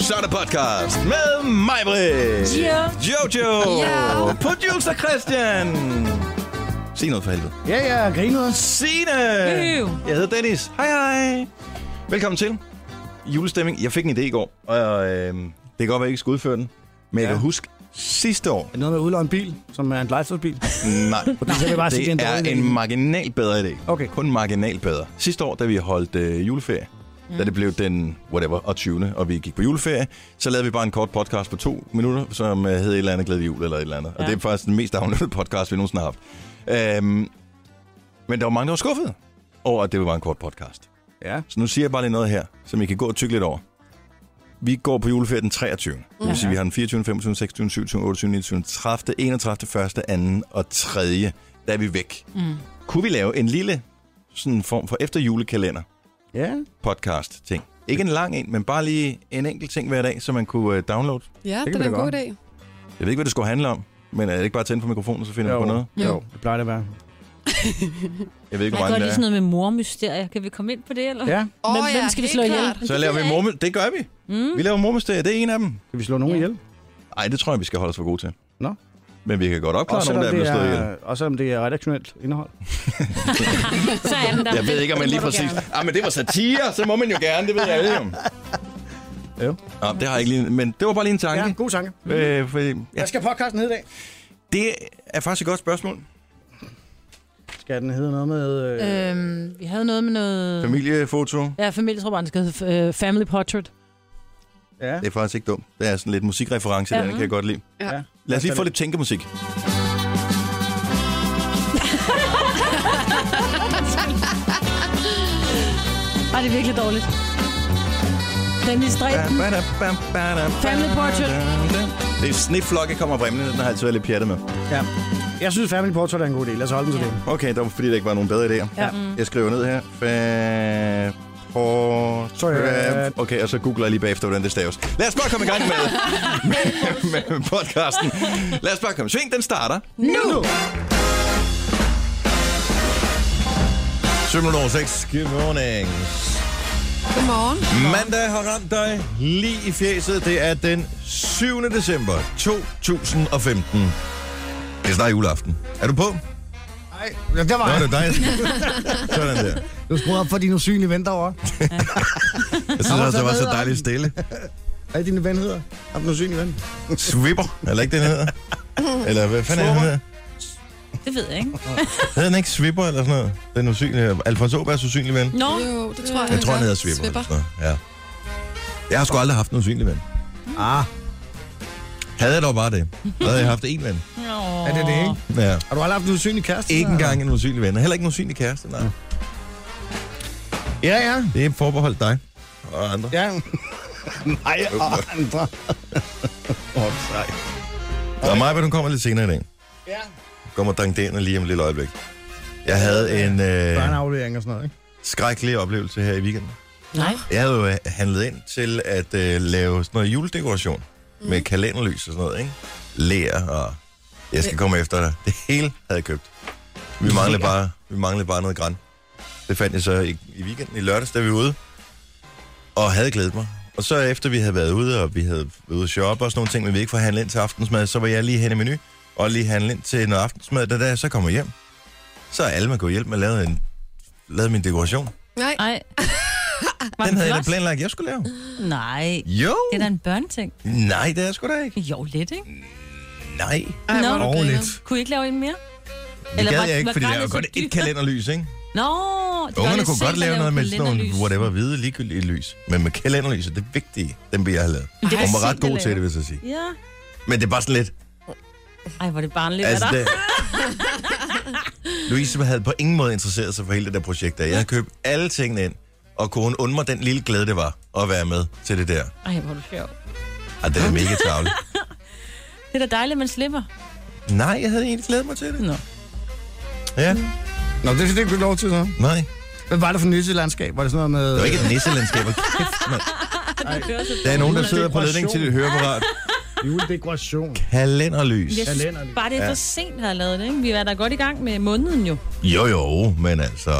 Starter podcast med mig, Britt. Ja. Jojo. Ja. Producer Christian. Sig noget for helvede. Ja, ja, griner. Signe. Øv. Jeg hedder Dennis. Hej, hej. Velkommen til julestemning. Jeg fik en idé i går, og øh, det kan godt være, at jeg ikke skal udføre den. Men jeg Ja. kan huske sidste år. Er det noget med at udlåne en bil, som er en legetøjsbil? Nej, så vil jeg bare sige, det det er en er dårlig en idé. marginal bedre idé. Okay. Kun marginal bedre. Sidste år, da vi holdt øh, juleferie, mm. da det blev den whatever, og 20. og vi gik på juleferie, så lavede vi bare en kort podcast på to minutter, som øh, hed et eller andet glæde jul eller et eller andet. Ja. Og det er faktisk den mest downloadede podcast, vi nogensinde har haft. Øhm, men der var mange, der var skuffede over, at det var en kort podcast. Ja. Så nu siger jeg bare lige noget her, som I kan gå og tykke lidt over. Vi går på juleferie den 23. Det vil sige, vi har den 24., 25., 26., 27., 28., 29., 30., 31., 1., 2. og 3. Der er vi væk. Mm. Kunne vi lave en lille sådan form for efterjulekalender Ja. podcast ting? Ikke en lang en, men bare lige en enkelt ting hver dag, som man kunne øh, downloade. Ja, kan det, vi er da en god godt. idé. Jeg ved ikke, hvad det skulle handle om, men er det ikke bare at tænde på mikrofonen, og så finder man på noget? Jo, det plejer det at være. Jeg ved ikke, hvor Man gør mange lige det sådan er. noget med mormysterier. Kan vi komme ind på det, eller? Ja. Hvem- hvem skal vi helt slå ihjel? klart. Så laver vi mormel. Det gør vi. Mm. Vi laver mormysterier. Det er en af dem. Skal vi slå nogen Ja. ihjel? Nej, det tror jeg, vi skal holde os for gode til. Nå. Men vi kan godt opklare nogle, selvom der er blevet slået ihjel. er, også selvom det er redaktionelt indhold. Så er den der. Jeg ved ikke, om man Den lige må du præcis... gerne. Ah, men det var satire, så må man jo gerne, det ved alle jo. Jo. Nå, det har jeg ikke lige... Men det var bare lige en tanke. god tanke. Ja. Øh, fordi, ja. Hvad skal podcasten hedde i dag? Det er faktisk et godt spørgsmål. Skal den hedde noget med... Øh, Øhm, vi havde noget med noget... Familiefoto. Ja, familie, tror jeg, bare, den skal hedde, øh, Family Portrait. ja. Det er faktisk ikke dumt. Det er sådan lidt musikreference, ja. den kan jeg godt lide. ja. Lad os lige få lidt tænkemusik. Ej, det er virkelig dårligt. Dennis Dreben. Family Portrait. Det er sneflokke kommer brimlende, den har jeg altid været lidt pjattet med. ja. Jeg synes, Family Portrait er en god idé. Lad os holde den til det. Okay, det var fordi, der ikke var nogen bedre idéer. Ja. Jeg skriver ned her. Fa- Portrait. Okay, og så googler jeg lige bagefter, hvordan det staves. Lad os bare komme i gang med, med, med podcasten. Lad os bare komme. Sving, den starter. Nu! 706. Good morning. Godmorgen. Mandag har ramt dig lige i fjeset. Det er den 7. december 2015. Det er snart juleaften. Er du på? Nej, det var Nå, jeg. det er dig. Sådan der. Du skruede op for dine usynlige ven derovre. Jeg synes også, det var så dejligt stille. Hvad er dine ven hedder? Har du en usynlig ven? Swipper, eller ikke det, den hedder? Eller hvad fanden er den hedder? Det ved jeg ikke. Hedder den ikke Swipper eller sådan noget? Den usynlige. Alfonso Åbergs usynlige ven. Nå, Jo, det tror jeg. Jeg tror, han hedder gør. Swipper. Eller sådan noget. Ja. Jeg har sgu aldrig haft en usynlig ven. Ah, Havde jeg dog bare det. Så havde jeg haft én ven. Nå. er det det, ikke? Ja. Har du aldrig haft en usynlig kæreste? Ikke engang en usynlig ven. og Heller ikke en usynlig kæreste, nej. Ja, ja. Det er forbeholdt dig og andre. Ja. Nej, og andre. Åh, sej. Og mig, hun kommer lidt senere i dag. Ja. Kommer dangderende lige om et lille øjeblik. Jeg havde en øh, Børneaflevering og sådan noget, ikke? skrækkelig oplevelse her i weekenden. Nej. Jeg havde jo øh, handlet ind til at øh, lave sådan noget juledekoration mm. med kalenderlys og sådan noget, ikke? Lær og jeg skal komme efter dig. Det hele havde jeg købt. Vi manglede bare, vi manglede bare noget græn. Det fandt jeg så i, i weekenden, i lørdags, da vi var ude, og havde glædet mig. Og så efter vi havde været ude, og vi havde været ude at shoppe og sådan nogle ting, men vi ikke får handlet ind til aftensmad, så var jeg lige hen i menu, og lige handle ind til noget aftensmad, da, da jeg så kommer hjem. Så er Alma gået hjælp med at lave, en, lave min dekoration. Nej, Nej. Var Den havde jeg da flot? planlagt, jeg skulle lave. Nej. Jo! Det er da en børneting. Nej, det er jeg sgu da ikke. Jo, lidt, ikke? Nej, Ej, Nå. hvor er du overligt. grineren. Kunne I ikke lave en mere? Det gad var- jeg ikke, var fordi der er jo gratis kun så dyrt? et kalenderlys, ikke? Nå, det gør Ungerne lidt kunne sent godt at lave lave noget med sådan nogle kalenderlys. whatever hvide ligegyldige lys. Men med kalenderlys er det vigtige, dem vil jeg have lavet. Men det er Hun da var ret sent at god til lave. det, vil jeg så sige. Ja. Men det er bare sådan lidt... Ej, hvor er det barnligt, Altså, altså, det... Louise havde på ingen måde interesseret sig for hele det der projekt der. Jeg havde købt alle tingene ind, og kunne hun undre mig den lille glæde, det var at være med til det der. Ej, hvor er du sjov. Ej, det er mega travligt. Det er da dejligt, at man slipper. Nej, jeg havde egentlig glædet mig til det. Nå. Ja, Mm. Nå, det fik du lov til så. nej. Hvad var det for nyt landskab? Var det sådan noget med... Det var ikke et nisselandskab. Hold kæft, mand. Der er nogen, der sidder på ledning til dit høreapparat. Juledekoration. Kalenderlys. Jeg synes Kalenderlys. bare, det er for sent, at have lavet det. Ikke? Vi var da godt i gang med måneden jo. Jo, jo, men altså...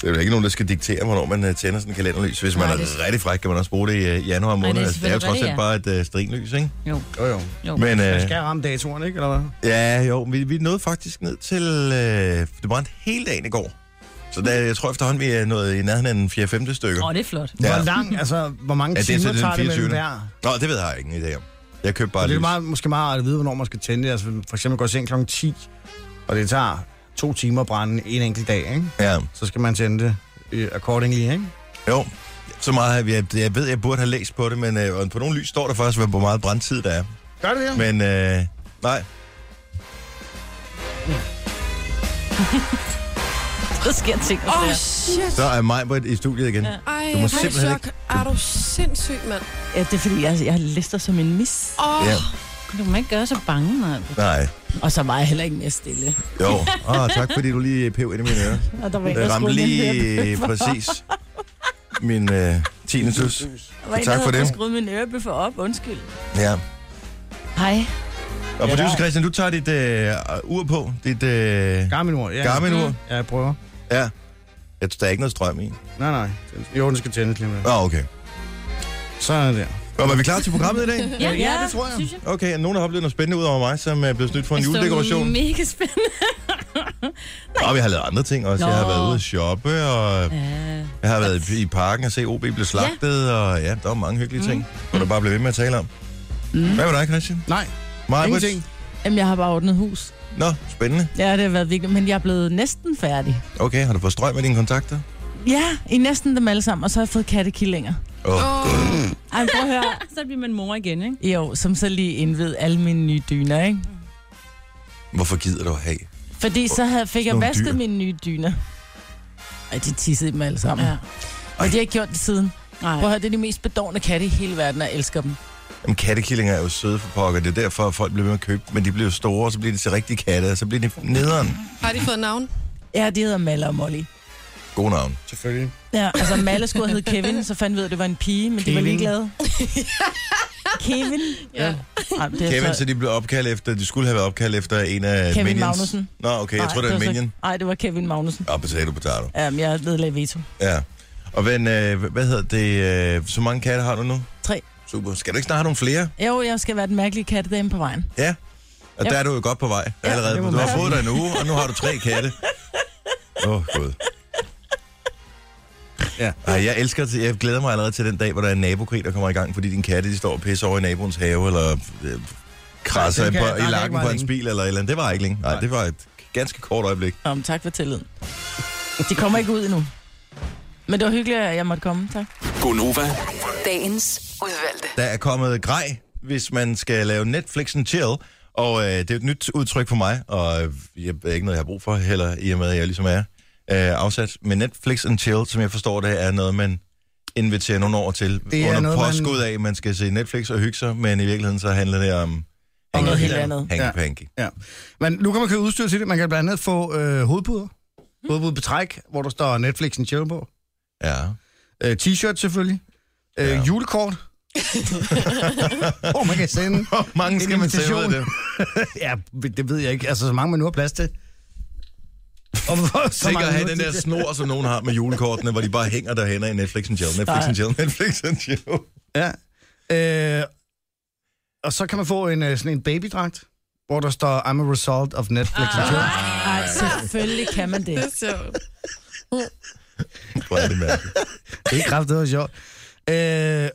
Det er jo ikke nogen, der skal diktere, hvornår man øh, tænder sådan en kalenderlys. Hvis man Nej, er det- rigtig fræk, kan man også bruge det i øh, januar måned. det er altså, det er jo selvfølgelig trods alt bare et øh, stringlys, ikke? Jo, jo. Jo. Men, Man øh, skal ramme datoren, ikke? Eller hvad? ja, jo, vi, vi nåede faktisk ned til... Øh, det brændte hele dagen i går. Så der, jeg tror efterhånden, vi er nået i nærheden af en 4-5 stykker. Åh, det er flot. Ja. Hvor lang, altså, hvor mange Ja, det er så timer den tager det mellem 24.. hver? Nå, det ved jeg ikke i dag om. Jeg købte bare Og det er lys. meget, måske meget rart at vide, hvornår man skal tænde det. Altså, for eksempel går i seng kl. 10, og det tager to timer at brænde en enkelt dag, ikke? Ja. Så skal man tænde det øh, accordingly, ikke? Jo, så meget har vi. Jeg, jeg ved, jeg burde have læst på det, men øh, og på nogle lys står der faktisk, hvor meget brandtid der er. Gør det det? Men øh, nej, Der sker ting. og Åh, oh, sager. shit. så er mig på et, i studiet igen. Ja. Ej, Du må hvor er simpelthen chok. Er du sindssyg, mand? Ja, det er fordi, jeg, jeg lister som en mis. Åh, oh, ja. Du må ikke gøre så bange, mand. Nej, Og så var jeg heller ikke mere stille. jo. Åh, tak fordi du lige pev ind i mine ører. Og der var Det ramte lige præcis min øh, tinnitus. var Tak for det. skruet min ørebøffer op, undskyld. Ja. Hej. Og producer Christian, du tager dit øh, ur på. Dit øh, Garmin-ur, ja. Garmin-ur. Ja, jeg prøver. Mm. Ja. Jeg, der er ikke noget strøm i. Nej, nej. Jo, den skal tændes lige med. Nå, ah, okay. Så er det der. Nå, var vi klar til programmet i dag? Ja, ja, det tror jeg. Synes jeg. Okay, er nogen har oplevet noget spændende ud over mig, som er blevet snydt for en Altså, juledekoration? Det er mega spændende. Og vi har lavet andre ting også. Nå. Jeg har Nå. været ude at shoppe, og jeg har været i parken og se OB blive slagtet, ja. og ja, der var mange hyggelige ting, mm. hvor der bare blev ved med at tale om. Mm. Hvad var dig, Christian? Nej, Meget ingenting. Jamen, jeg har bare ordnet hus. Nå, spændende. Ja, det har været virkelig, men jeg er blevet næsten færdig. Okay, har du fået strøm med dine kontakter? Ja, i næsten dem alle sammen, og så har jeg fået kattekillinger. Åh, oh. oh, Ej, men prøv at høre. så bliver man mor igen, ikke? Jo, som så lige indved alle mine nye dyner, ikke? hvorfor gider du have? Fordi så havde, fik jeg Nogle vasket dyr. mine nye dyner. Og de tissede dem alle sammen. Ja. Og Ej. de har ikke gjort det siden. Nej. Prøv at høre, det er de mest bedårende katte i hele verden, og jeg elsker dem. Jamen, kattekillinger er jo søde for pokker, det er derfor, at folk bliver ved med at købe dem, men de bliver jo store, og så bliver de til rigtige katte, og så bliver de nederen. har de fået navn? Ja, de hedder Malle og Molly. God navn. Selvfølgelig. Ja, altså Malle skulle hedde Kevin, så fandt vi ud, af, at det var en pige, men de var Kevin. ligeglade. Kevin? Ja. Ej, det er Kevin, så så... de blev opkaldt efter, de skulle have været opkaldt efter en af Kevin Minions. Magnussen. Nå, okay, jeg Nej, tror, det var en så- Minion. Nej, det var Kevin Magnussen. Og potato, potato. Um, jeg nedlagde veto. Ja. Og hvad, øh, hvad hedder det? Øh, så mange katte har du nu? Tre. Super. Skal du ikke snart have nogle flere? Jo, jeg skal være den mærkelige kattedame på vejen. Ja. Og Ja. der er du jo godt på vej Ja, allerede. det må du man har sige. fået dig en uge, og nu har du tre katte. Åh, oh, gud. Ja. Ej, jeg elsker til, jeg glæder mig allerede til den dag, hvor der er en nabokrig, der kommer i gang, fordi din katte, de står og pisser over i naboens have, eller øh, krasser Ej, det på, kan- nej, det i er ikke lakken meget på hans længe. bil, eller et eller andet. Det var ikke længe. Nej, det var et ganske kort øjeblik. Om, tak for tilliden. De kommer ikke ud endnu. Men det var hyggeligt, at jeg måtte komme. Tak. Gonova, Dagens udvalgte. Der er kommet grej, hvis man skal lave Netflix and chill. Og øh, det er et nyt udtryk for mig, og øh, jeg er ikke noget, jeg har brug for heller, i og med, at jeg ligesom er øh, afsat. Men Netflix and chill, som jeg forstår det, er noget, man inviterer nogle år til. Det er under noget, man- påskud af, at man skal se Netflix og hygge sig, men i virkeligheden så handler det om... Om noget helt hanky- andet. hanky-panky. Ja. Men nu kan man købe udstyr til det. Man kan blandt andet få øh, hovedpuder. Hovedpudebetræk, hvor der står Netflix and chill på. Ja. Øh, t-shirt selvfølgelig. Øh, Ja. Julekort. Hvor man kan sende. Hvor mange skal En man tage ud af det? invitation. ja, det ved jeg ikke. Altså, så mange man nu har plads til. Og hvor, så Sikkert at have den man nu- der snor, som nogen har med julekortene, hvor de bare hænger derhen i Netflix and chill, Netflix Nej. and chill, Netflix and chill. Ja. Øh, og så kan man få en, øh, sådan en babydragt, hvor der står, I'm a result of Netflix. Ah. Nej, selvfølgelig kan man Det det. er sjovt. Hvor er det mærkeligt. Det er kraftigt og sjovt. Øh,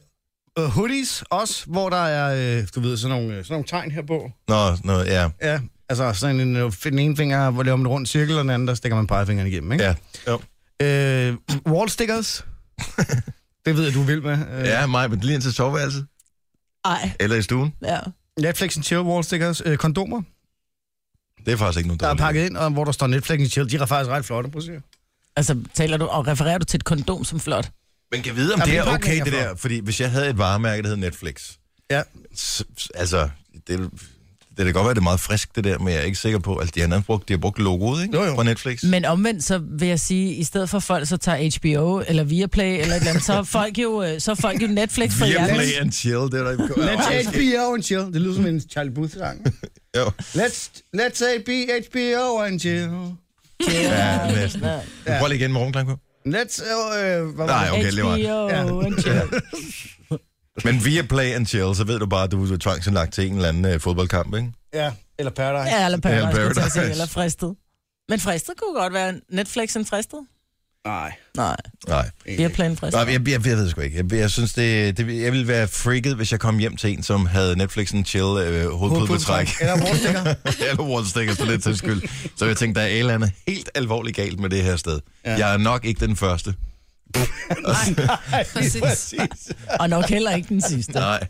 og hoodies også, hvor der er, øh, du ved, sådan nogle, øh, sådan nogle tegn her på. Nå, nå, ja. Ja, altså sådan en, øh, den ene finger, hvor laver man en rund cirkel, og den anden, der stikker man pegefingeren igennem, ikke? Ja, jo. Øh, wall stickers. det ved jeg, du vil med. Øh, Ja, mig, men lige indtil soveværelset. Nej, Eller i stuen. ja. Netflix and chill wall stickers. Øh, kondomer, Det er faktisk ikke nogen der er dårlig pakket ind, og hvor der står Netflix and chill. De er faktisk ret flotte, prøv at se. Altså, taler du og refererer du til et kondom som flot? idé. Men kan vide, om Der er det min er pakning okay, det herfra. der. Fordi hvis jeg havde et varemærke, der hed Netflix, Ja, s- s- altså, det, det kan godt være, det er meget frisk, det der, men jeg er ikke sikker på, altså, de har nærmest brugt, de har brugt logoet, ikke? Jo, jo. Fra Netflix. Men omvendt, så vil jeg sige, i stedet for folk, så tager HBO eller Viaplay eller et eller andet, så er folk jo, øh, så er folk jo Netflix for Via jer. Play and Chill, det er der ikke... Let's HBO and chill. Det lyder som en Charlie Booth-sang. Jo, Let's, let's say be HBO and chill. ja, næsten. Men Prøv lige igen med rumklang på. Let's... Øh, hvad var Nej, det? Okay, det var- HBO Ja. and chill. Men via play and chill, så ved du bare, at du er tvangsindlagt til en eller anden øh, fodboldkamp, ikke? Ja, eller Paradise. Ja, eller Ja, Paradise, skulle jeg til at sige, Paradise. eller fristet. Men fristet kunne godt være Netflix en fristet. Nej. Nej, Nej. vi har planen fristet. Nej, jeg, jeg, jeg ved det sgu ikke. Jeg, jeg synes, det, det, jeg ville være freaket, hvis jeg kom hjem til en, som havde Netflixen chill øh, hovedpudebetræk. Eller Warstikker. Eller Wallstickers for lidt til skyld. Så jeg tænkte, der er et eller andet helt alvorligt galt med det her sted. Ja. Jeg er nok ikke den første. Præcis. Præcis. Og nok heller ikke den sidste. Nej.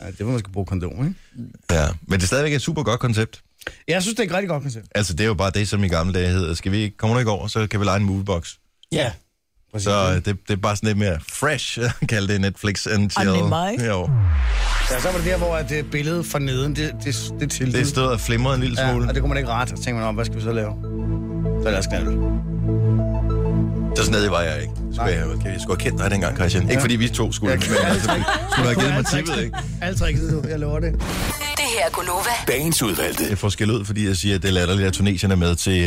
Ja, det var, man skal bruge kondom, ikke? Ja. Men det er stadigvæk et super godt koncept. Jeg synes, det er et rigtig godt koncept. Altså, det er jo bare det, som i gamle dage hedder. Skal vi ikke, kommer du ikke over, så kan vi lege en moviebox. Ja. Præcis. Så øh, det, det er bare sådan lidt mere fresh, at kalde det Netflix and chill. Og nemmere, ikke? Jo. Ja, så var det der, hvor at øh, billedet fra neden, det, det, det tiltede. Det stod og flimrede en lille ja, smule. og det kunne man ikke rette. Så tænkte man, "Nå, hvad skal vi så lave? Så lad os knalde. Så snedig var jeg ikke. Skulle jeg, okay, jeg skulle have kendt dig dengang, Christian. Ikke fordi vi to skulle, men altså, vi skulle have givet mig tippet, ikke? Alt tricket, du. Jeg lover det. Det her er Gunova. Dagens udvalgte. Jeg får skæld ud, fordi jeg siger, at det er latterligt, at Tunesien er med til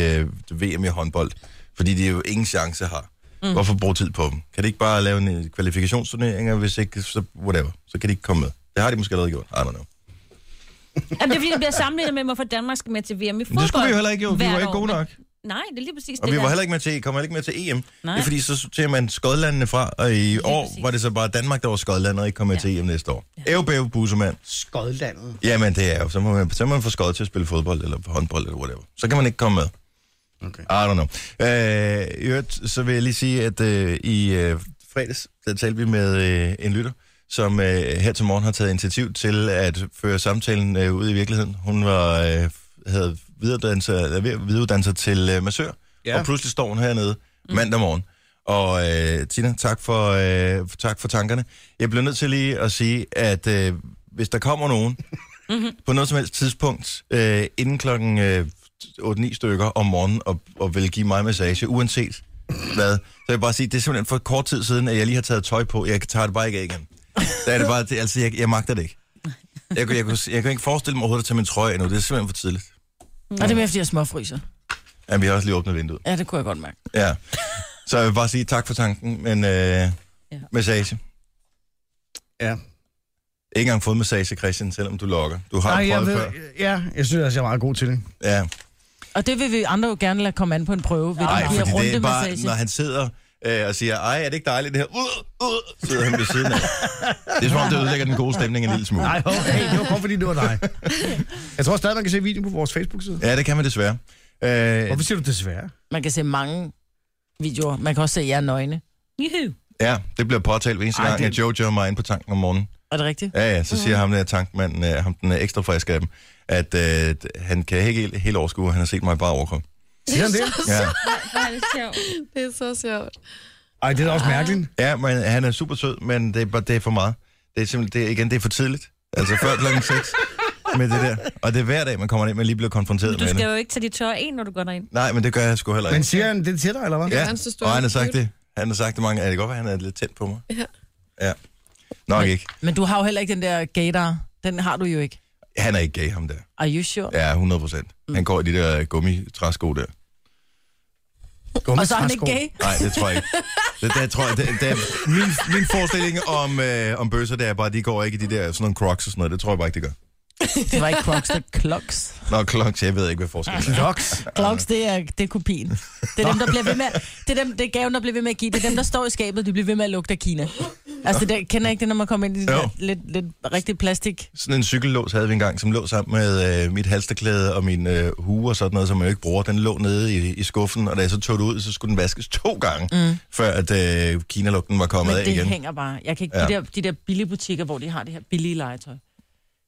øh, VM i håndbold. Fordi de jo ingen chance har. Mm. Hvorfor bruge tid på dem? Kan de ikke bare lave en øh, kvalifikationsturnering, og hvis ikke, så whatever. Så kan de ikke komme med. Det har de måske allerede gjort. I don't know. Jamen, det er fordi, det bliver sammenlignet med, hvorfor Danmark skal med til VM i fodbold. Men det skulle vi jo heller ikke jo. Vi hvert var ikke år. gode nok. Nej, det er lige præcis Og det vi der. var heller ikke med til, kommer heller ikke med til EM. Nej. Nej. Det er fordi, så sorterer man Skodlandene fra, og i år præcis. var det så bare Danmark, der var Skodland, og ikke kom med ja. til EM næste år. Ja. Ævbæv, bussemand. Skodlandet. Jamen, det er jo. Så må man, så må man få skod til at spille fodbold eller håndbold eller whatever. Så kan man ikke komme med. Okay. I don't know. Øh, i øvrigt, så vil jeg lige sige, at øh, i øh, fredags, der talte vi med øh, en lytter, som øh, her til morgen har taget initiativ til at føre samtalen øh, ud i virkeligheden. Hun var, øh, havde videreuddannet sig- eller ved at videreuddanne sig til øh, massør, ja. Ja. og pludselig står hun hernede mandag morgen. Og øh, Tina, tak for, øh, tak for tankerne. Jeg bliver nødt til lige at sige, at øh, hvis der kommer nogen, på noget som helst tidspunkt, øh, inden klokken øh, 8-9 stykker om morgenen, og, og vil give mig massage, uanset hvad. Så vil jeg bare sige, det er simpelthen for kort tid siden, at jeg lige har taget tøj på. Jeg tager det bare ikke af igen. Der er det bare, det, altså, jeg, jeg magter det ikke. Jeg, kunne- jeg, kunne, jeg kan ikke forestille mig overhovedet at tage min trøje af nu. Det er simpelthen for tidligt. Og det er mere, fordi jeg småfryser. Jamen, vi har også lige åbnet vinduet. Ja, det kunne jeg godt mærke. Ja. Så jeg vil bare sige tak for tanken, men øh, ja. massage. Ja. Ikke engang fået massage, Christian, selvom du lokker. Du har Nej, jeg prøvet ved, før. ja, jeg synes også, jeg er meget god til det. Ja. Og det vil vi andre jo gerne lade komme an på en prøve, ved Nej, den her fordi det er runde bare, massage. når han sidder øh, og siger, ej, er det ikke dejligt det her? Uh, uh, sidder han ved siden af. Det er som om, det ødelægger den gode stemning en lille smule. Nej, okay, det var kun fordi, det var dig. Jeg tror stadig, man kan se videoen på vores Facebook-side. Ja, det kan man desværre. Øh, Hvorfor siger du desværre? Man kan se mange videoer. Man kan også se jer nøgne. Juhu. ja, det bliver påtalt hver eneste Ej, gang, det- at Jojo og mig er inde på tanken om morgenen. Er det Mm. rigtigt? Mhm. Ja, ja, så siger ham der tankmanden, øh, ham den øh, ekstra friske af dem, at øh, d- han kan ikke helt, helt overskue, at han har set mig bare overkomme. Siger han det? Ja. Hvor er det sjovt. Det er så sjovt. Ej, det er da også mærkeligt. ja, men han er super sød, men det er, bare- det er for meget. Det er simpelthen, det, er- igen, det er for tidligt. Altså før klokken 6 med det der. Og det er hver dag, man kommer ind, man lige bliver konfronteret Du med det. skal jo ikke tage dit tøj af, når du går derind. Nej, men det gør jeg sgu heller ikke. Men siger han det til dig, eller hvad? Ja, Han synes, du og er han har så sagt cute. det. Han har sagt det mange. Er det godt, at han er lidt tændt på mig? Ja. Ja. Nok ikke. Men du har jo heller ikke den der gator. Den har du jo ikke. Han er ikke gay, ham der. Are you sure? Ja, 100 procent. Han går i de der gummitræsko der. Gummi, Og så er han ikke gay. Nej, det tror jeg ikke. Det, det, tror jeg, det, det, min, min forestilling om, øh, om bøsser, det er bare, at de går ikke i de der sådan nogle crocs og sådan noget. Det tror jeg bare ikke, de gør. Det var ikke Crocs, det er Clocks. Nå, kloks, jeg ved ikke, hvad forskellen er. Loks. Clocks, det er, det er kopien. Det er dem, der bliver ved med, det er, dem, det er gaven, der bliver ved med at give. Det er dem, der står i skabet, de bliver ved med at lugte af Kina. Altså, det der, kender jeg ikke det, når man kommer ind i det Jo. der lidt, lidt rigtig plastik? Sådan en cykellås havde vi engang, som lå sammen med øh, mit halsterklæde og min øh, hue og sådan noget, som jeg jo ikke bruger. Den lå nede i, i skuffen, og da jeg så tog det ud, så skulle den vaskes to gange, mm. før at øh, kinalugten var kommet Men af det igen. hænger bare. Jeg kan ikke, Ja. ja. de, der, de der billige butikker, hvor de har det her billige legetøj.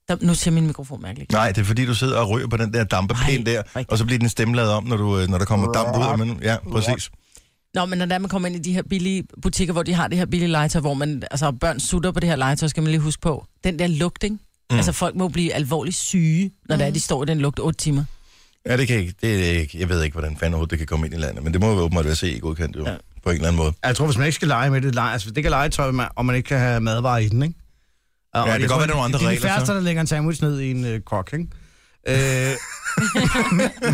Der, nu ser min mikrofon mærkeligt. Nej, det er fordi, du sidder og ryger på den der dampepind Ej, der, rigtig. og så bliver den stemladet om, når, du, øh, når der kommer damp ud. af munden. Ja, præcis. Nå, men når det er, man kommer ind i de her billige butikker, hvor de har det her billige legetøj, hvor man, altså, børn sutter på det her legetøj, skal man lige huske på. Den der lugting. Mm. Altså, folk må blive alvorligt syge, når mm. det er, de står i den lugt 8 timer. Ja, det kan ikke. Det er ikke. Jeg ved ikke, hvordan fanden overhovedet det kan komme ind i landet, men det må jo åbenbart være se godkendt jo, ja. på en eller anden måde. Jeg tror, hvis man ikke skal lege med det, lege, altså, det kan legetøj, man- og man ikke kan have madvarer i den, ikke? Og, det kan godt være, der er nogle andre det er regler, de færreste, så. der lægger en sandwich ned i en øh, krok, ikke? Øh,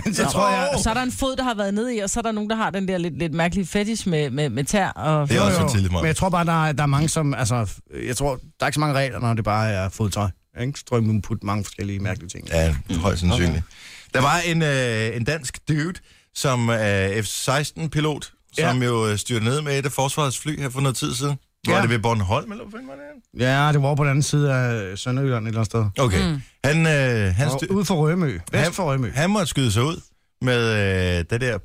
men så tror jeg... Og så er der en fod, der har været nede i, og så er der nogen, der har den der lidt, lidt mærkelige fetish med, med, med tær. Og... Det er Jo, også jo, for tidligt, Men Maja. jeg tror bare, der er, der er mange, som... Altså, jeg tror, der er ikke så mange regler, når det bare er fodtøj. Ikke? Så tror jeg, man putte mange forskellige mærkelige ting. Mm. Ja. Ja, højst sandsynligt. Der var en, øh, en dansk dude, som er F-16-pilot, som jo øh, styrte ned med et af forsvarets fly her for noget tid siden. Var Ja. det ved Bornholm, eller hvor fanden var det? henne? ja, det var på den anden side af Sønderjylland et eller andet sted. Okay. Mm. Han, øh, han, Og styr, Ude for Rømø. Vest for Rømø. han måtte skyde sig ud med øh, det der...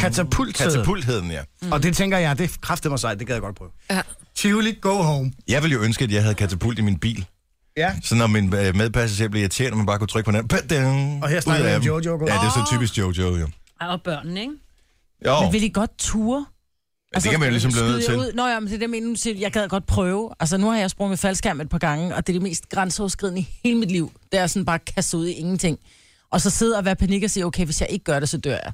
Katapult. Katapult hed den, ja. Mm. Og det tænker jeg, det kræfter mig sejt, det gad jeg godt prøve. Ja. Tivoli, go home. Jeg ville jo ønske, at jeg havde katapult i min bil. Ja. Så når min øh, medpassager blev irriteret, og man bare kunne trykke på den. Padang, Og her ud snakker vi af om dem. Jojo. Ja, det er så typisk Jojo, jo. Ej, Og børnene, ikke? Jo, Men vil I godt ture? det kan man jo ligesom blive Altså, skyder nødt jeg til. Ud. Nå ja, men det er det, jeg mener, nu siger, jeg gad godt prøve. Altså, nu har jeg sprunget faldskærm et par gange, og det er det mest grænseoverskridende i hele mit liv. Det er sådan bare kastet ud i ingenting. Og så sidde og være i panik og sige, okay, hvis jeg ikke gør det, så dør jeg.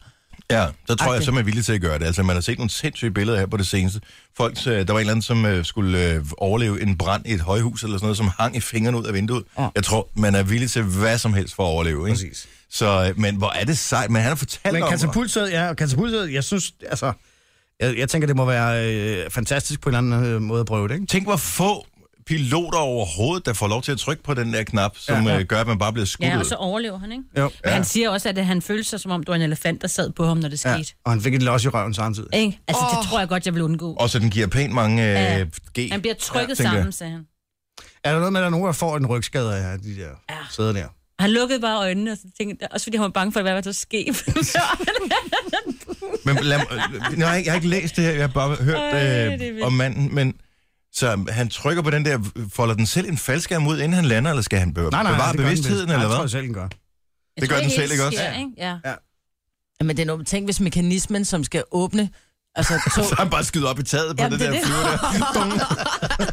Ja, så tror jeg, Agtigt. så er man er villig til at gøre det. Altså, man har set nogle sindssyge billeder her på det seneste. Folk, øh, der var en eller anden, som øh, skulle øh, overleve en brand i et højhus eller sådan noget, som hang i fingrene ud af vinduet. Ja. Ja. Jeg tror, man er villig til hvad som helst for at overleve, ikke? Præcis. Så, øh, men hvor er det sejt, men han har fortalt Men om... katapultsædet, ja, og katapultsædet, jeg synes, altså... Jeg, jeg tænker, det må være øh, fantastisk på en eller anden øh, måde at prøve det, ikke? Tænk, hvor få piloter overhovedet, der får lov til at trykke på den der knap, som ja, Ja, ja. ja. Øh, gør, at man bare bliver skudt Ja, ud. og så overlever han, ikke? Jo. Men han siger også, at han følte sig, som om du var en elefant, der sad på ham, når det Ja. skete. Og han fik et los i røven samtidig. Ikke? Altså, oh. Åh. det tror jeg godt, jeg vil undgå. Og så den giver pænt mange øh, Ja. G. Han bliver trykket Ja, tænker ja, sammen, jeg. sagde han. Er der noget med, at der er nogen, der får en rygskade af de der ja. sæder der? Han lukkede bare øjnene, og så tænkte, også fordi han var bange for, hvad der var til at ske. Men lad, øh, nej, jeg har ikke læst det her, jeg har bare hørt Ej, øh, det er vildt. om manden, men så han trykker på den der, folder den selv en faldskærm ud, inden han lander, eller skal han be- Nej, nej, bevare det gør den bevidstheden, vist. Nej, eller Det tror hvad? jeg selv, den gør. Jeg Det gør tror, den helt selv, ikke også? sker, ikke? Ja. Men det er noget, tænk, hvis mekanismen, som skal åbne, altså tog, Så han bare skyder op i taget på Jamen, det, det er der det. flyver der. Dum.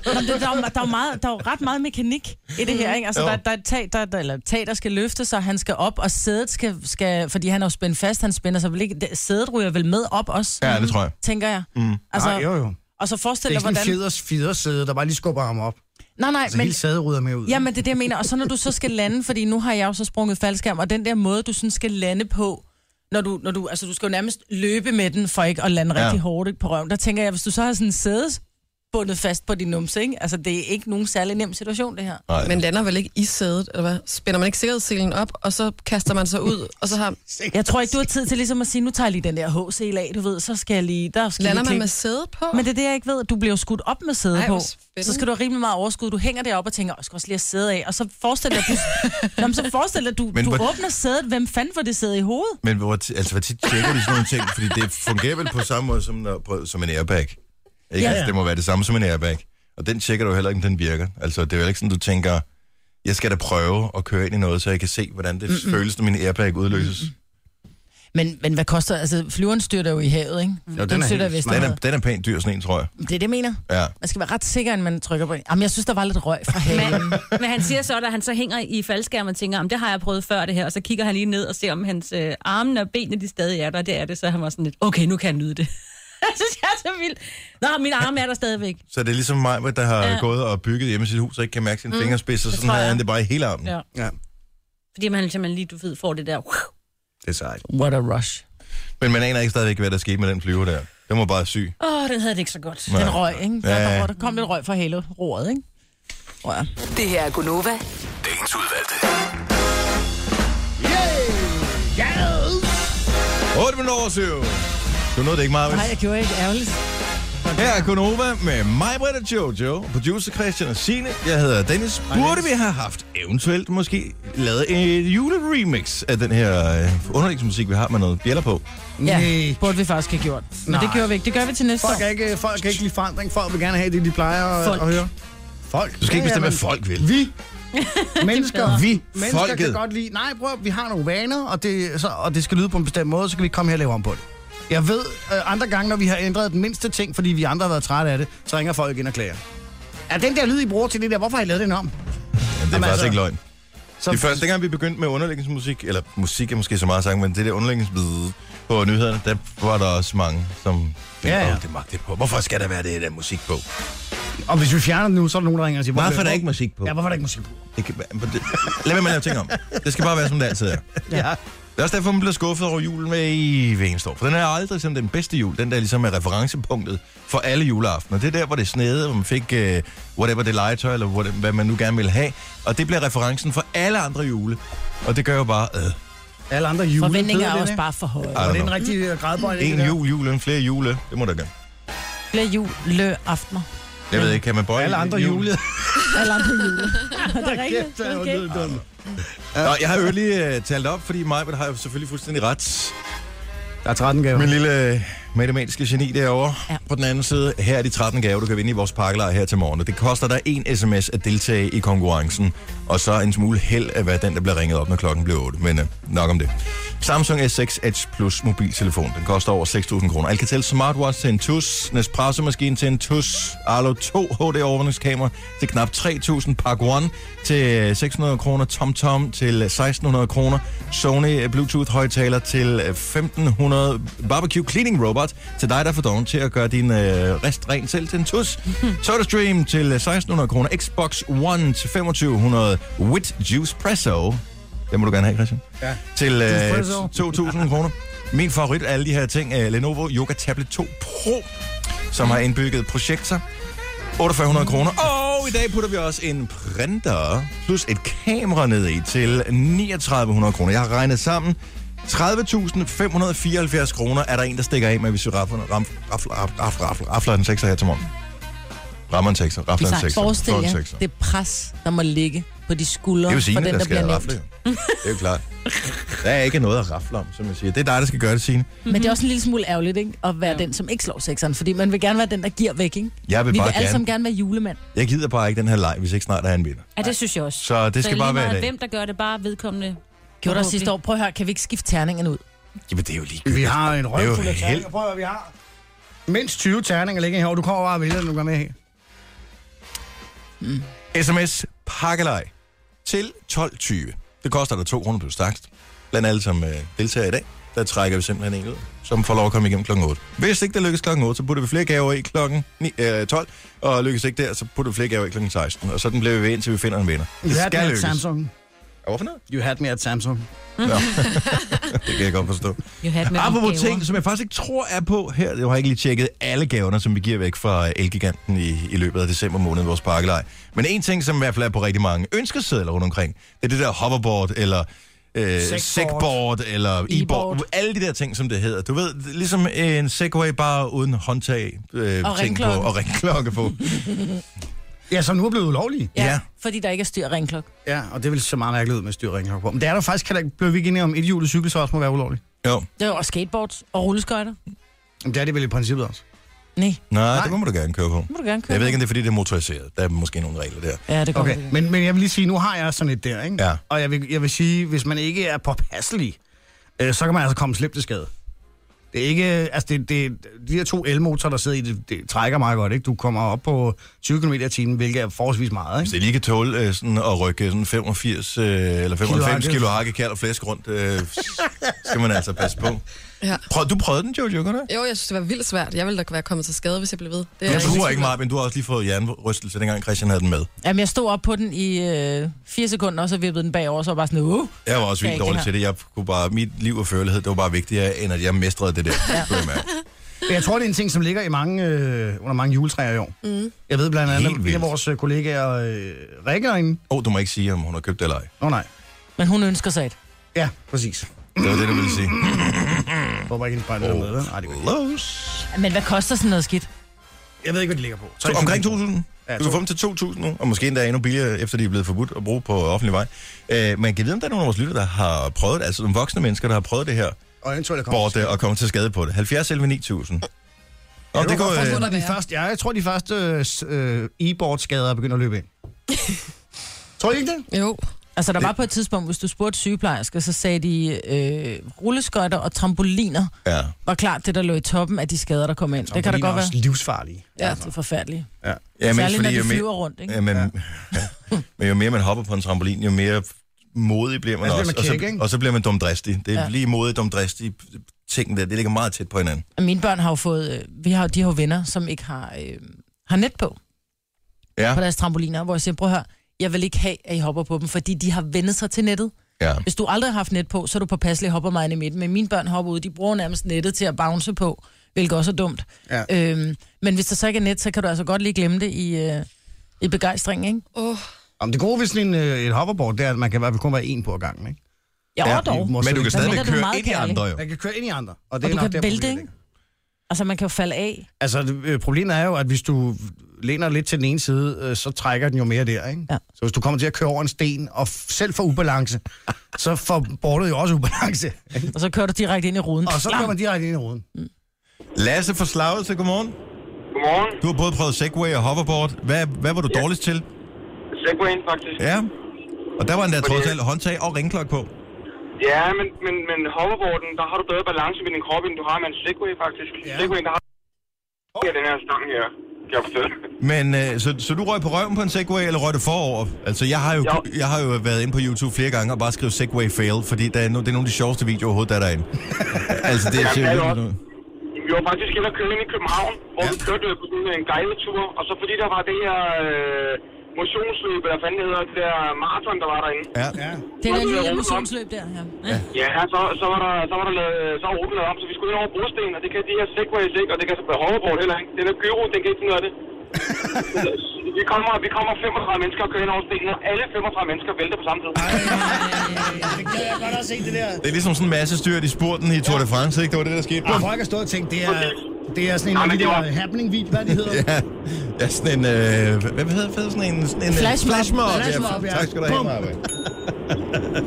Nå, men det- der, er jo, der, er jo meget, der er jo ret meget mekanik i det her, ikke? Altså, Jo. der, der er et tag, der, der, eller et tag, der skal løfte sig, han skal op, og sædet skal, skal fordi han er jo spændt fast, han spænder sig vel ikke, det- sædet ryger vel med op også, ja. Ja, det tror jeg. tænker jeg. Mm. Altså, Nej, jo, jo. Det og så er forestil ikke dig, sådan en hvordan... fjeders, fjedersæde, der bare lige skubber ham op. Nej, nej, Altså, men... men... hele sædet rydder med ud. Ja, men det er det, jeg mener. Og så når du så skal lande, fordi nu har jeg jo så sprunget faldskærm, og den der måde, du sådan skal lande på, når du, når du, altså du skal jo nærmest løbe med den, for ikke at lande Ja. rigtig hårdt ikke, på røven. Der tænker jeg, hvis du så har sådan en sæde bundet fast på din numse, ikke? Altså, det er ikke nogen særlig nem situation, det her. Nej. Man lander vel ikke i sædet, eller hvad? Spænder man ikke sikkerhedsselen op, og så kaster man sig ud, og så har, Jeg tror ikke, du har tid til ligesom at sige, nu tager jeg lige den der HC af, du ved, så skal jeg lige... Der skal lander lige man klikke. med sædet på. Men det er det, jeg ikke ved. Du bliver jo skudt op med sæde Ej, på. hvor spændende. Så skal du have rimelig meget overskud. Du hænger deroppe og tænker, "Åh, jeg skal også lige have sæde af. Og så forestiller du, Nå, men så forestil dig, du, Men du hvor- åbner sædet. Hvem fanden får det sæde i hovedet? Men hvor, ti- altså, hvor tit tjekker de sådan nogle ting? Fordi det fungerer vel på samme måde som, når, på, som en airbag. Ikke? Ja. Altså, det må være det samme som en airbag. Og den tjekker du heller ikke, om den virker. Altså, det er jo ikke sådan, du tænker, jeg skal da prøve at køre ind i noget, så jeg kan se, hvordan det Mm-mm. føles, når min airbag udløses. Mm-mm. Men, men hvad koster... Altså, flyveren styrter jo i havet, ikke? Jo, den er styrter helt vist Den, ned. er, den er pænt dyr, sådan en, tror jeg. Det er det, jeg mener. Ja. Man skal være ret sikker, end man trykker på en. Jamen, jeg synes, der var lidt røg fra havet. Men, men han siger så, at han så hænger i faldskærmen og tænker, "Jamen, det har jeg prøvet før det her, og så kigger han lige ned og ser, om hans øh, arme og benene de stadig er der, og det er det, så han var sådan lidt, okay, nu kan han nyde det. Jeg synes, jeg er så vildt. Nå, mine arme er der stadigvæk. Så det er ligesom mig, hvor der har ja. gået og bygget hjemme i sit hus, og ikke kan mærke sine mm. fingerspidser. Sådan tror havde jeg. han det bare i hele armen. Ja. Ja. Ja, Fordi man simpelthen lige, du ved, får det der. det er sejt. What a rush. Men man aner ikke stadigvæk, hvad der skete med den flyver der. Den var bare syg. Åh, oh, den havde det ikke så godt. Ja. Den røg, ikke? Der, Ja. der, der, der kom lidt røg fra hele roret, ikke? Tror jeg. Det her er Gunova. Dagens udvalgte. 8 minutter over 7. Du nåede det ikke, Marvind. Nej, jeg gjorde ikke ærgerligt. Her er Konova med mig, Britt og Jojo, producer Christian og Signe. Jeg hedder Dennis. Burde vi have haft eventuelt måske lavet et juleremix af den her øh, underlægningsmusik, vi har med noget bjæller på? Ja, Nej. burde vi faktisk have gjort. Men Nej. det Nej. gjorde vi ikke. Det gør vi til næste Folk, år. er ikke, folk kan ikke lide forandring. Folk vil gerne have det, de plejer at, Folk. at høre. Folk. Du skal ikke Ja, bestemme, ja, hvad folk vil. Vi. Mennesker. Vi. Mennesker Folket. Folket. kan godt lide... Nej, bror, vi har nogle vaner, og det, så, og det skal lyde på en bestemt måde, så kan vi ikke komme her og lave om på det. Jeg ved, øh, andre gange, når vi har ændret den mindste ting, fordi vi andre har været trætte af det, så ringer folk ind og klager. Er den der lyd, I bruger til det der, hvorfor har I lavet den om? Jamen, det er Jamen, faktisk altså. ikke løgn. Så, Det første gang, vi begyndte med underlægningsmusik, eller musik er måske så meget sang, men det der underlægningsbid på nyhederne, der var der også mange, som tænkte, Ja, ja, ja. ja. det magte på. Hvorfor skal der være det der musik på? Og hvis vi fjerner den nu, så er der nogen, der ringer og siger... Hvorfor hvor- er der ikke musik på? Ja, hvorfor er der ikke musik på? Det kan, men det, lad være med at lave ting om. Det skal bare være, som det altid er. Ja. Det er også derfor, man bliver skuffet over julen med i ved eneste år. For den er aldrig sådan den bedste jul. Den der ligesom er referencepunktet for alle juleaftener. Det er der, hvor det snede, hvor man fik uh, whatever det legetøj, eller what, hvad man nu gerne vil have. Og det bliver referencen for alle andre jule. Og det gør jo bare... Øh, Alle andre jule... Forventninger ved er det, også ikke? bare for høje. I Var don't det know. en rigtig øh, grædbøj? En jul, julen, flere jule. Det må der gøre. Flere juleaftener. Jeg ved ikke, kan man bøje Alle andre jul? jule. Alle andre jule. Er det Kæft, der er jo noget dumt. Nå, jeg har jo lige uh, talt op, fordi mig har jo selvfølgelig fuldstændig ret. Der er 13 gaver. Min lille øh, matematiske geni derovre ja. Ja. på den anden side. Her er de 13 gaver, du kan vinde i vores pakkelejr her til morgen. Og det koster dig en sms at deltage i konkurrencen. Og så en smule held at være den, der bliver ringet op, når klokken bliver 8. Men øh, nok om det. Samsung S6 Edge Plus mobiltelefon. Den koster over 6.000 kroner. Alcatel Smartwatch til en tus. Nespresso-maskine til en tus. Arlo 2 HD overvågningskamera til knap 3.000. Park One til 600 kroner. TomTom til 1.600 kroner. Sony øh, Bluetooth-højtaler til øh, 1.500. Barbecue Cleaning Robot til dig, der får doven til at gøre din øh, rest ren selv til en tus. SodaStream til øh, 1.600 kroner. Xbox One til 2.500. Wit Juice Presso. Det må du gerne have, Christian. Ja. Til øh, Presso. 2.000 kroner. Min favorit af alle de her ting er Lenovo Yoga Tablet 2 Pro, som har indbygget projektor. 4800 kroner. Og i dag putter vi også en printer plus et kamera ned i til 3900 kroner. Jeg har regnet sammen. 30.574 kroner er der en, der stikker af med, hvis vi rafler, ram, rafler, rafler, rafler, rafler, rafler en sekser her til morgen. Rammer en sekser, rafler en sekser. Forestil slår en jer sekser. det pres, der må ligge på de skuldre Det er jo for Signe, den, der der, skal bliver nævnt. rafle. jo. Det er jo klart. Der er ikke noget at rafle om, som jeg siger. Det er dig, der skal gøre det, Signe. Men det er Mhm. også en lille smule ærgerligt, ikke? At være den, som ikke slår sekseren, fordi man vil gerne være den, der giver væk, ikke? Jeg vil Vi bare vil alle gerne. sammen gerne være julemand. Jeg gider bare ikke den her leg, hvis ikke snart der er en vinder. Ja, det synes jeg også. Så det skal lige bare være i meget, dag. Hvem der gør det, bare vedkommende. Gjorde der Forhåbentlig. sidste år, prøv at høre, kan vi ikke skifte terningen ud? Jamen, det er jo lige. Vi har Det en er jo røvfuld af helt- terninger. Prøv at høre, vi har mindst 20 terninger liggende herovre. Du kommer bare og vælger, når du går med her. SMS pakkelej til 12.20. Det koster dig 2 kroner plus takst. Blandt alle, som øh, deltager i dag, der trækker vi simpelthen en ud, som får lov at komme igennem klokken 8. Hvis ikke det lykkes klokken 8, så putter vi flere gaver i klokken 9, øh, 12, og lykkes ikke der, så putter vi flere gaver i klokken 16, og sådan bliver vi ved, indtil vi finder en vinder. You Det had me skal at lykkes. Samsung. Ja, Hvorfor noget? You had me at Samsung. Det kan jeg godt forstå. Jo, hat med Apropos opgaver. ting, som jeg faktisk ikke tror er på her, jeg har ikke lige tjekket alle gaverne, som vi giver væk fra Elgiganten i, i løbet af december måned i vores pakkelej. Men en ting, som i hvert fald er på rigtig mange ønskesedler rundt omkring, det er det der hoverboard, eller øh, Segboard. segboard, eller e-board. Alle de der ting, som det hedder. Du ved, det er ligesom en segway bare uden håndtag øh, Og ting på, ringklokke. og ringklokke på. Ja, som nu er blevet ulovlige. Ja. Fordi der ikke er styr ringklok. Ja, og det vil se meget mærkeligt ud med styrringer på. Men det er der faktisk heller ikke. Blev vi ikke enige om, et hjulet cykel så også må være ulovlig? jo. Det er jo også skateboards og rulleskøjter. Jamen, det er det vel i princippet også. Nej, Nej, Nej, det må du gerne køre på. det må du gerne købe. Jeg ved ikke, om det er, fordi det er motoriseret. Der er måske nogle regler der. Ja, det går Okay, okay. Men... men, men jeg vil lige sige, nu har jeg sådan et der, ikke? Ja. Og jeg vil, jeg vil sige, hvis man ikke er påpasselig, øh, så kan man altså komme slemt til skade. Det er ikke, altså det, det, de her to elmotorer, der sidder i det, det trækker meget godt, ikke? Du kommer op på 20 km i timen, hvilket er forholdsvis meget, Hvis ikke? det lige kan tåle øh, sådan at rykke sådan 85 øh, eller 95 hakke. kilo hakkekald og flæsk rundt, øh, skal man altså passe på. Ja. Prøv, du prøvede den, Jojo, gør du? ikke? Jo, jeg synes, det var vildt svært. Jeg ville da være kommet til skade, hvis jeg blev ved. Det er Jeg rigtig bruger ikke svært. meget, men du har også lige fået hjernerystelse, dengang Christian havde den med. Jamen, jeg stod op på den i øh, fire sekunder, og så vippede den bagover, og så var jeg bare sådan, uh, Jeg var også Ja, vildt det dårlig her. til det. Jeg kunne bare, mit liv og førlighed, det var bare vigtigere, end at jeg mestrede det der. Ja. Men jeg tror, det er en ting, som ligger i mange, øh, under mange juletræer i år. Mm. Jeg ved blandt andet, Helt at en vildt. af vores øh, kollegaer, øh, Rikke, er inde. Åh, oh, du må ikke sige, om hun har købt det eller ej. Åh oh, nej. men hun ønsker sig et. Ja, præcis. Det var det, du ville sige. Mm. Jeg håber ikke, at spejler oh. med. vel? Nej, det gør jeg ikke. Close. Men hvad koster sådan noget skidt? Jeg ved ikke, hvad de ligger på. Så omkring 2.000. Ja, Du kan to. få dem til 2.000 nu, og måske endda endnu billigere, efter de er blevet forbudt at bruge på offentlig vej. Øh, men kan vide, om der er nogle af vores lytter, der har prøvet det, altså nogle voksne mennesker, der har prøvet det her, Og eventuelt er bort øh, og kommer til skade på det. 70 11 9000. Og det godt forstå, går... når Øh, de første, ja, jeg tror, de første øh, s- øh, e-board-skader begynder at løbe ind. tror I ikke det? Jo. Altså, der var på et tidspunkt, hvis du spurgte sygeplejersker, så sagde de, øh, rulleskøjter og trampoliner ja. var klart det, der lå i toppen af de skader, der kom ind. Det kan da Fordi de er godt være. også livsfarlige. Ja, altså. det er forfærdeligt. Ja. ja Særligt, fordi når jo de mere- flyver rundt, ikke? Ja, men, ja. men jo mere man hopper på en trampolin, jo mere modig bliver man Altså, også. bliver man og, kæk, ikke? så, og så bliver man dumdristig. Det er ja. Ja. lige modig dumdristig ting der. Det ligger meget tæt på hinanden. Mine børn har jo fået, øh, vi har, de har jo venner, som ikke har, øh, har net på. Ja. på deres trampoliner, hvor jeg siger, prøv at høre, jeg vil ikke have, at I hopper på dem, fordi de har vendet sig til nettet. Ja. Hvis du aldrig har haft net på, så er du påpasselig hopper meget ind i midten. Men mine børn hopper ud, de bruger nærmest nettet til at bounce på, hvilket også er dumt. Ja. Øhm, men hvis der så ikke er net, så kan du altså godt lige glemme det i, øh, i begejstring, ikke? Oh, Om det gode ved sådan en, øh, et hoverboard, det er, at man kan i hvert fald kun være en på ad gangen, ikke? Ja, Ja, ja dog. må- Men du kan Hvad stadigvæk mindre du er køre meget ind i kærlig. andre jo. Man kan køre ind i andre. Og, det Og er du nok kan der, vælte, problemet ikke? Altså, man kan jo falde af. Altså, det- øh, problemet er jo, at hvis du læner lidt til den ene side, øh, så trækker den jo mere der, ikke? Ja. Så hvis du kommer til at køre over en sten, og f- selv får ubalance, så får bordet jo også ubalance. ikke? Og så kører du direkte ind i ruden. Og så kører man direkte ind i ruden. Lasse fra Slagelse, godmorgen. Godmorgen. Du har både prøvet Segway og hoverboard. Hvad, hvad var du dårligst til? Segwayen faktisk. Ja. Og der var endda Fordi- trods alt håndtag og ringklokke på. Ja, men, men, men hoverboarden, der har du bedre balance med din krop, end du har med en Segway faktisk. Ja. Ja. Segwayen, der har ja, den her stang her, kan jeg fortælle. Men øh, så, så du røg på røven på en Segway, eller røg det forover? Altså, jeg har, jo, Jo. jeg har jo været inde på YouTube flere gange og bare skrevet Segway fail, fordi der er, no, det er nogle af de sjoveste videoer overhovedet, der er derinde. altså, det Jamen, ser det er jo jo virkelig også- ud. Jamen, Vi var faktisk inde og køre ind i København, hvor Ja. ja. vi kørte på sådan en guidetur, og så fordi der var det her øh, motionsløb, eller hvad fanden det hedder, det der maraton, der var derinde. Ja. Ja. Det er der lille motionsløb der, ja. Ja, så, så var der, så var der lavet, så var ruten lavet om, så vi skulle ind over brosten, og det kan de her segways ikke, og det kan så hoverboard heller ikke. Den her gyro, den kan ikke finde ud af det. vi, kommer, vi kommer 35 mennesker og kører ind over stenen, og alle 35 mennesker vælter på samme tid. Det kan jeg godt have set, det der. Det er ligesom sådan en masse styrt i spurten i Tour de France, ikke? Det var det, der skete. Og Bum. folk har stået og tænkt, det er, det er sådan en Nej, af de men der det var- happening-video, hvad de hedder. Ja, ja sådan en... Øh, hvad- hvad hedder det? Sådan en... Sådan en øh, Flashmob. Flashmob, Flashmob, ja. ja. Tak skal du have, Bum. Maja.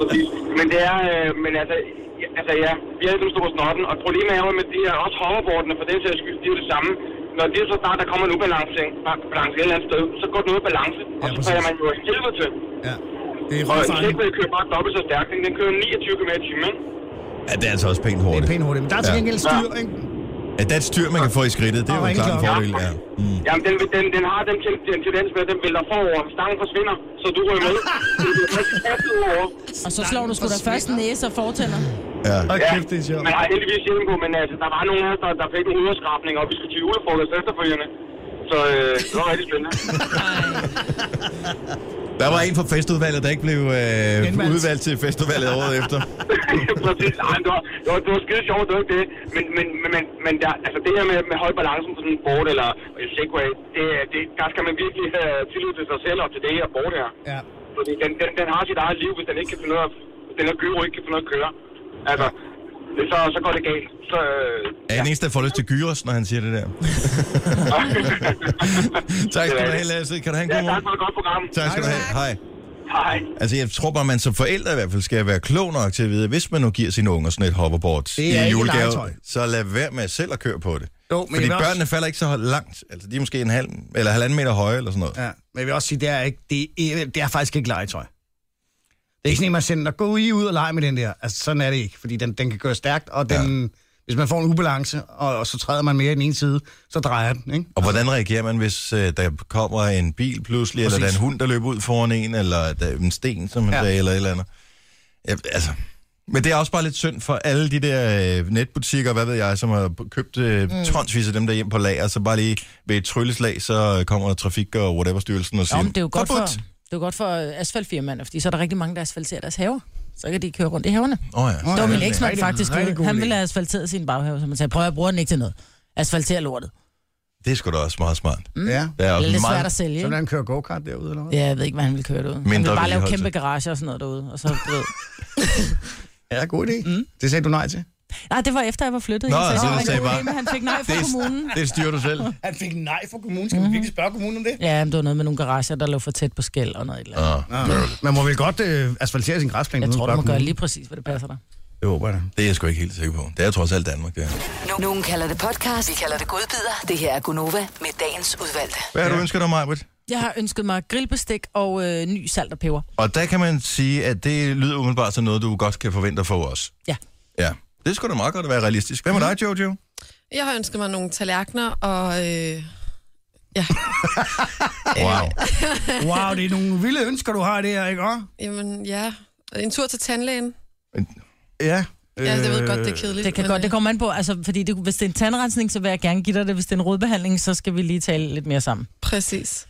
Præcis. Men det er, øh, men altså, ja, altså ja, vi havde den store snotten, og problemet er jo med de her, også hoverboardene for den sags skyld, de er jo det samme. Når det er så snart, der kommer en ubalance balance et eller andet sted, så går det noget af balance, Ja, og så præcis. falder man jo af helvede til. Ja. Det er Og ret en farligt. segway kører bare dobbelt så stærkt, ikke? den kører 29 km i timen, ikke? Ja, det er altså også pænt Det er hurtigt. pænt hurtigt, men der er til Ja. gengæld styr, ikke? Ja, der er et styr, man kan få i skridtet. Det er Og jo en klar en fordel, ringklokke. ja. Mm. Jamen, den, vil- den, den har den, ten- den tendens med, at den vælter forover. Stangen forsvinder, så du ryger med. Så du kan ikke kaste den over. Og så slår du sgu da først næse og fortænder. Ja. Og Ja, kæft, det er sjovt. man har heldigvis hjelm på, men altså, der var nogen af os, der, der fik en hudafskrabning, og vi skulle til julefrokost efterfølgende. Så øh, det var rigtig spændende. Der var en fra festudvalget, der ikke blev øh, Genvalgt. udvalgt til festudvalget året efter. Præcis. Ej, men det, var, det, var, det var skide sjovt, det var ikke det. Men, men, men, men, men der, altså, det her med, med høj balancen på sådan en board eller øh, segway, det, det, der skal man virkelig have tillid til sig selv og til det her board her. Ja. Fordi den, den, den har sit eget liv, hvis den ikke kan finde noget, at- hvis den her gyro ikke kan finde noget at køre. Altså, det, så, så går det galt. Så, øh, Er den eneste, der får lyst til gyros, når han siger det der? tak skal du have, Lasse. Kan du have en ja, god morgen? tak for et godt program. Tak skal du have. Hej. Hej. Altså, jeg tror bare, man som forældre i hvert fald skal være klog nok til at vide, at hvis man nu giver sine unger sådan et hoverboard er ikke i et julegave, legetøj. så lad være med selv at køre på det. Jo, men Fordi jeg vil også- børnene falder ikke så langt. Altså, de er måske en halv, eller halvanden meter høje, eller sådan noget. Ja, men jeg vil også sige, det er, ikke, det er, det er faktisk ikke legetøj. Det er ikke sådan, at man sender, gå i ud og lege med den der. Altså, sådan er det ikke, fordi den, den kan køre stærkt, og den, ja. hvis man får en ubalance, og, og, så træder man mere i den ene side, så drejer den, ikke? Og hvordan reagerer man, hvis øh, der kommer en bil pludselig, Præcis. eller der Præcis. er en hund, der løber ud foran en, eller der er en sten, som man ja. Ja. sagde, eller et eller andet? Ja, altså. Men det er også bare lidt synd for alle de der øh, netbutikker, hvad ved jeg, som har b- købt øh, mm. tonsvis af dem der hjem på lager, så bare lige ved et trylleslag, så øh, kommer trafik- og whatever-styrelsen og siger, Nå, men det er jo godt for, "Forbudt!" det er jo godt for øh, asfaltfirmaerne, fordi så er der rigtig mange, der asfalterer deres haver. Så kan de køre rundt i haverne. Åh ja. Det var min ja. eksmand Rigtig- faktisk. rigtig god Han idé. ville have asfalteret sin baghave, så man sagde, prøv at bruge den ikke til noget. Asfalter lortet. Det er sgu da også meget smart. Mm. Ja. Det er Det også er lidt meget... svært at sælge, Så ikke? den kører go-kart derude, eller hvad? Ja, jeg ved ikke, hvad han ville køre derud. Han Mindre ville bare lave vedligeholdelse. kæmpe garager og sådan noget derude. Og så, du ved. Ja, god idé. Mm. Det sagde du nej til. Nej, det var efter, jeg var flyttet. Nå, Jeg altså, "Åh, du en sagde god bare- idé, men han fik nej fra kommunen. Mhm. Det styrer du selv. Han fik nej fra kommunen. Skal mm. vi virkelig spørge kommunen om det? Ja, men det var noget med nogle garager, der lå for tæt på skæld og noget et eller andet. Nå, Man må vel godt øh, asfaltere sin græsplæne. Jeg uden tror, at du spørge må gøre kommunen. lige præcis, hvad det passer dig. Det håber jeg da. det er jeg sgu ikke helt sikker på. Det er trods alt Danmark, det her. Nu- Nogen kalder det podcast, vi kalder det godbider. Det her er Gunova med dagens udvalgte. Hvad har du ønsket dig, Majbrit? Jeg har ønsket mig grillbestik og øh, ny salt og peber. Og der kan man sige, at det lyder umiddelbart som noget, du godt kan forvente at få os. Ja. Ja. Det skulle da meget godt at være realistisk. Hvad med dig, Jojo? jeg har ønsket mig nogle tallerkener, og øh, Wow. Wow, det er nogle vilde ønsker, du har der, ikke? også? jamen, Mm, ja, en tur til tandlægen. Ja. Ja, jeg ved godt, det er kedeligt. Det kan men, godt, det øh, kommer an på, altså, fordi det, hvis det er en tandrensning, så vil jeg gerne give dig det. Hvis det er en rodbehandling, så skal vi lige tale lidt mere sammen. Præcis.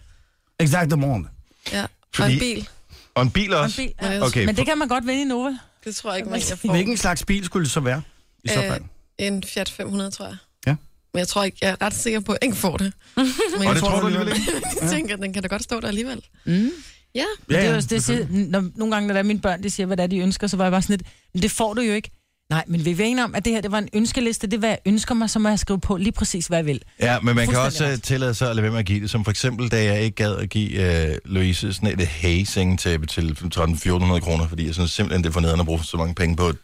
Øh, Exactement. Ja. Og Fordi- en bil. Og en bil også? bil, ja. Okay, Men det kan man godt vinde i Nova. Det tror jeg ikke, man jeg får. Hvilken slags bil skulle det så være? I så fald. Øh, en Fiat 500, tror jeg. Ja. Men jeg tror ikke, jeg er ret sikker på, at jeg ikke får det. Men og jeg det tror, tror du alligevel ikke? jeg tænker, at den kan da godt stå der alligevel. Ja. Mm. Ja, det er ja, jo også det, jeg siger, når, nogle gange, når der er mine børn, de siger, hvad det er, de ønsker, så var jeg bare sådan lidt, men det får du jo ikke. Nej, men vi er enige om, at det her det var en ønskeliste, det er, hvad jeg ønsker mig, så må jeg skrive på lige præcis, hvad jeg vil. Ja, men man kan Fuldstændig også ret. øh, tillade sig at lade være med at give det. Som for eksempel, da jeg ikke gad at give øh, Louise sådan et hazing-tæppe til 1300-1400 kroner, fordi jeg synes simpelthen, det er for nederen at bruge så mange penge på et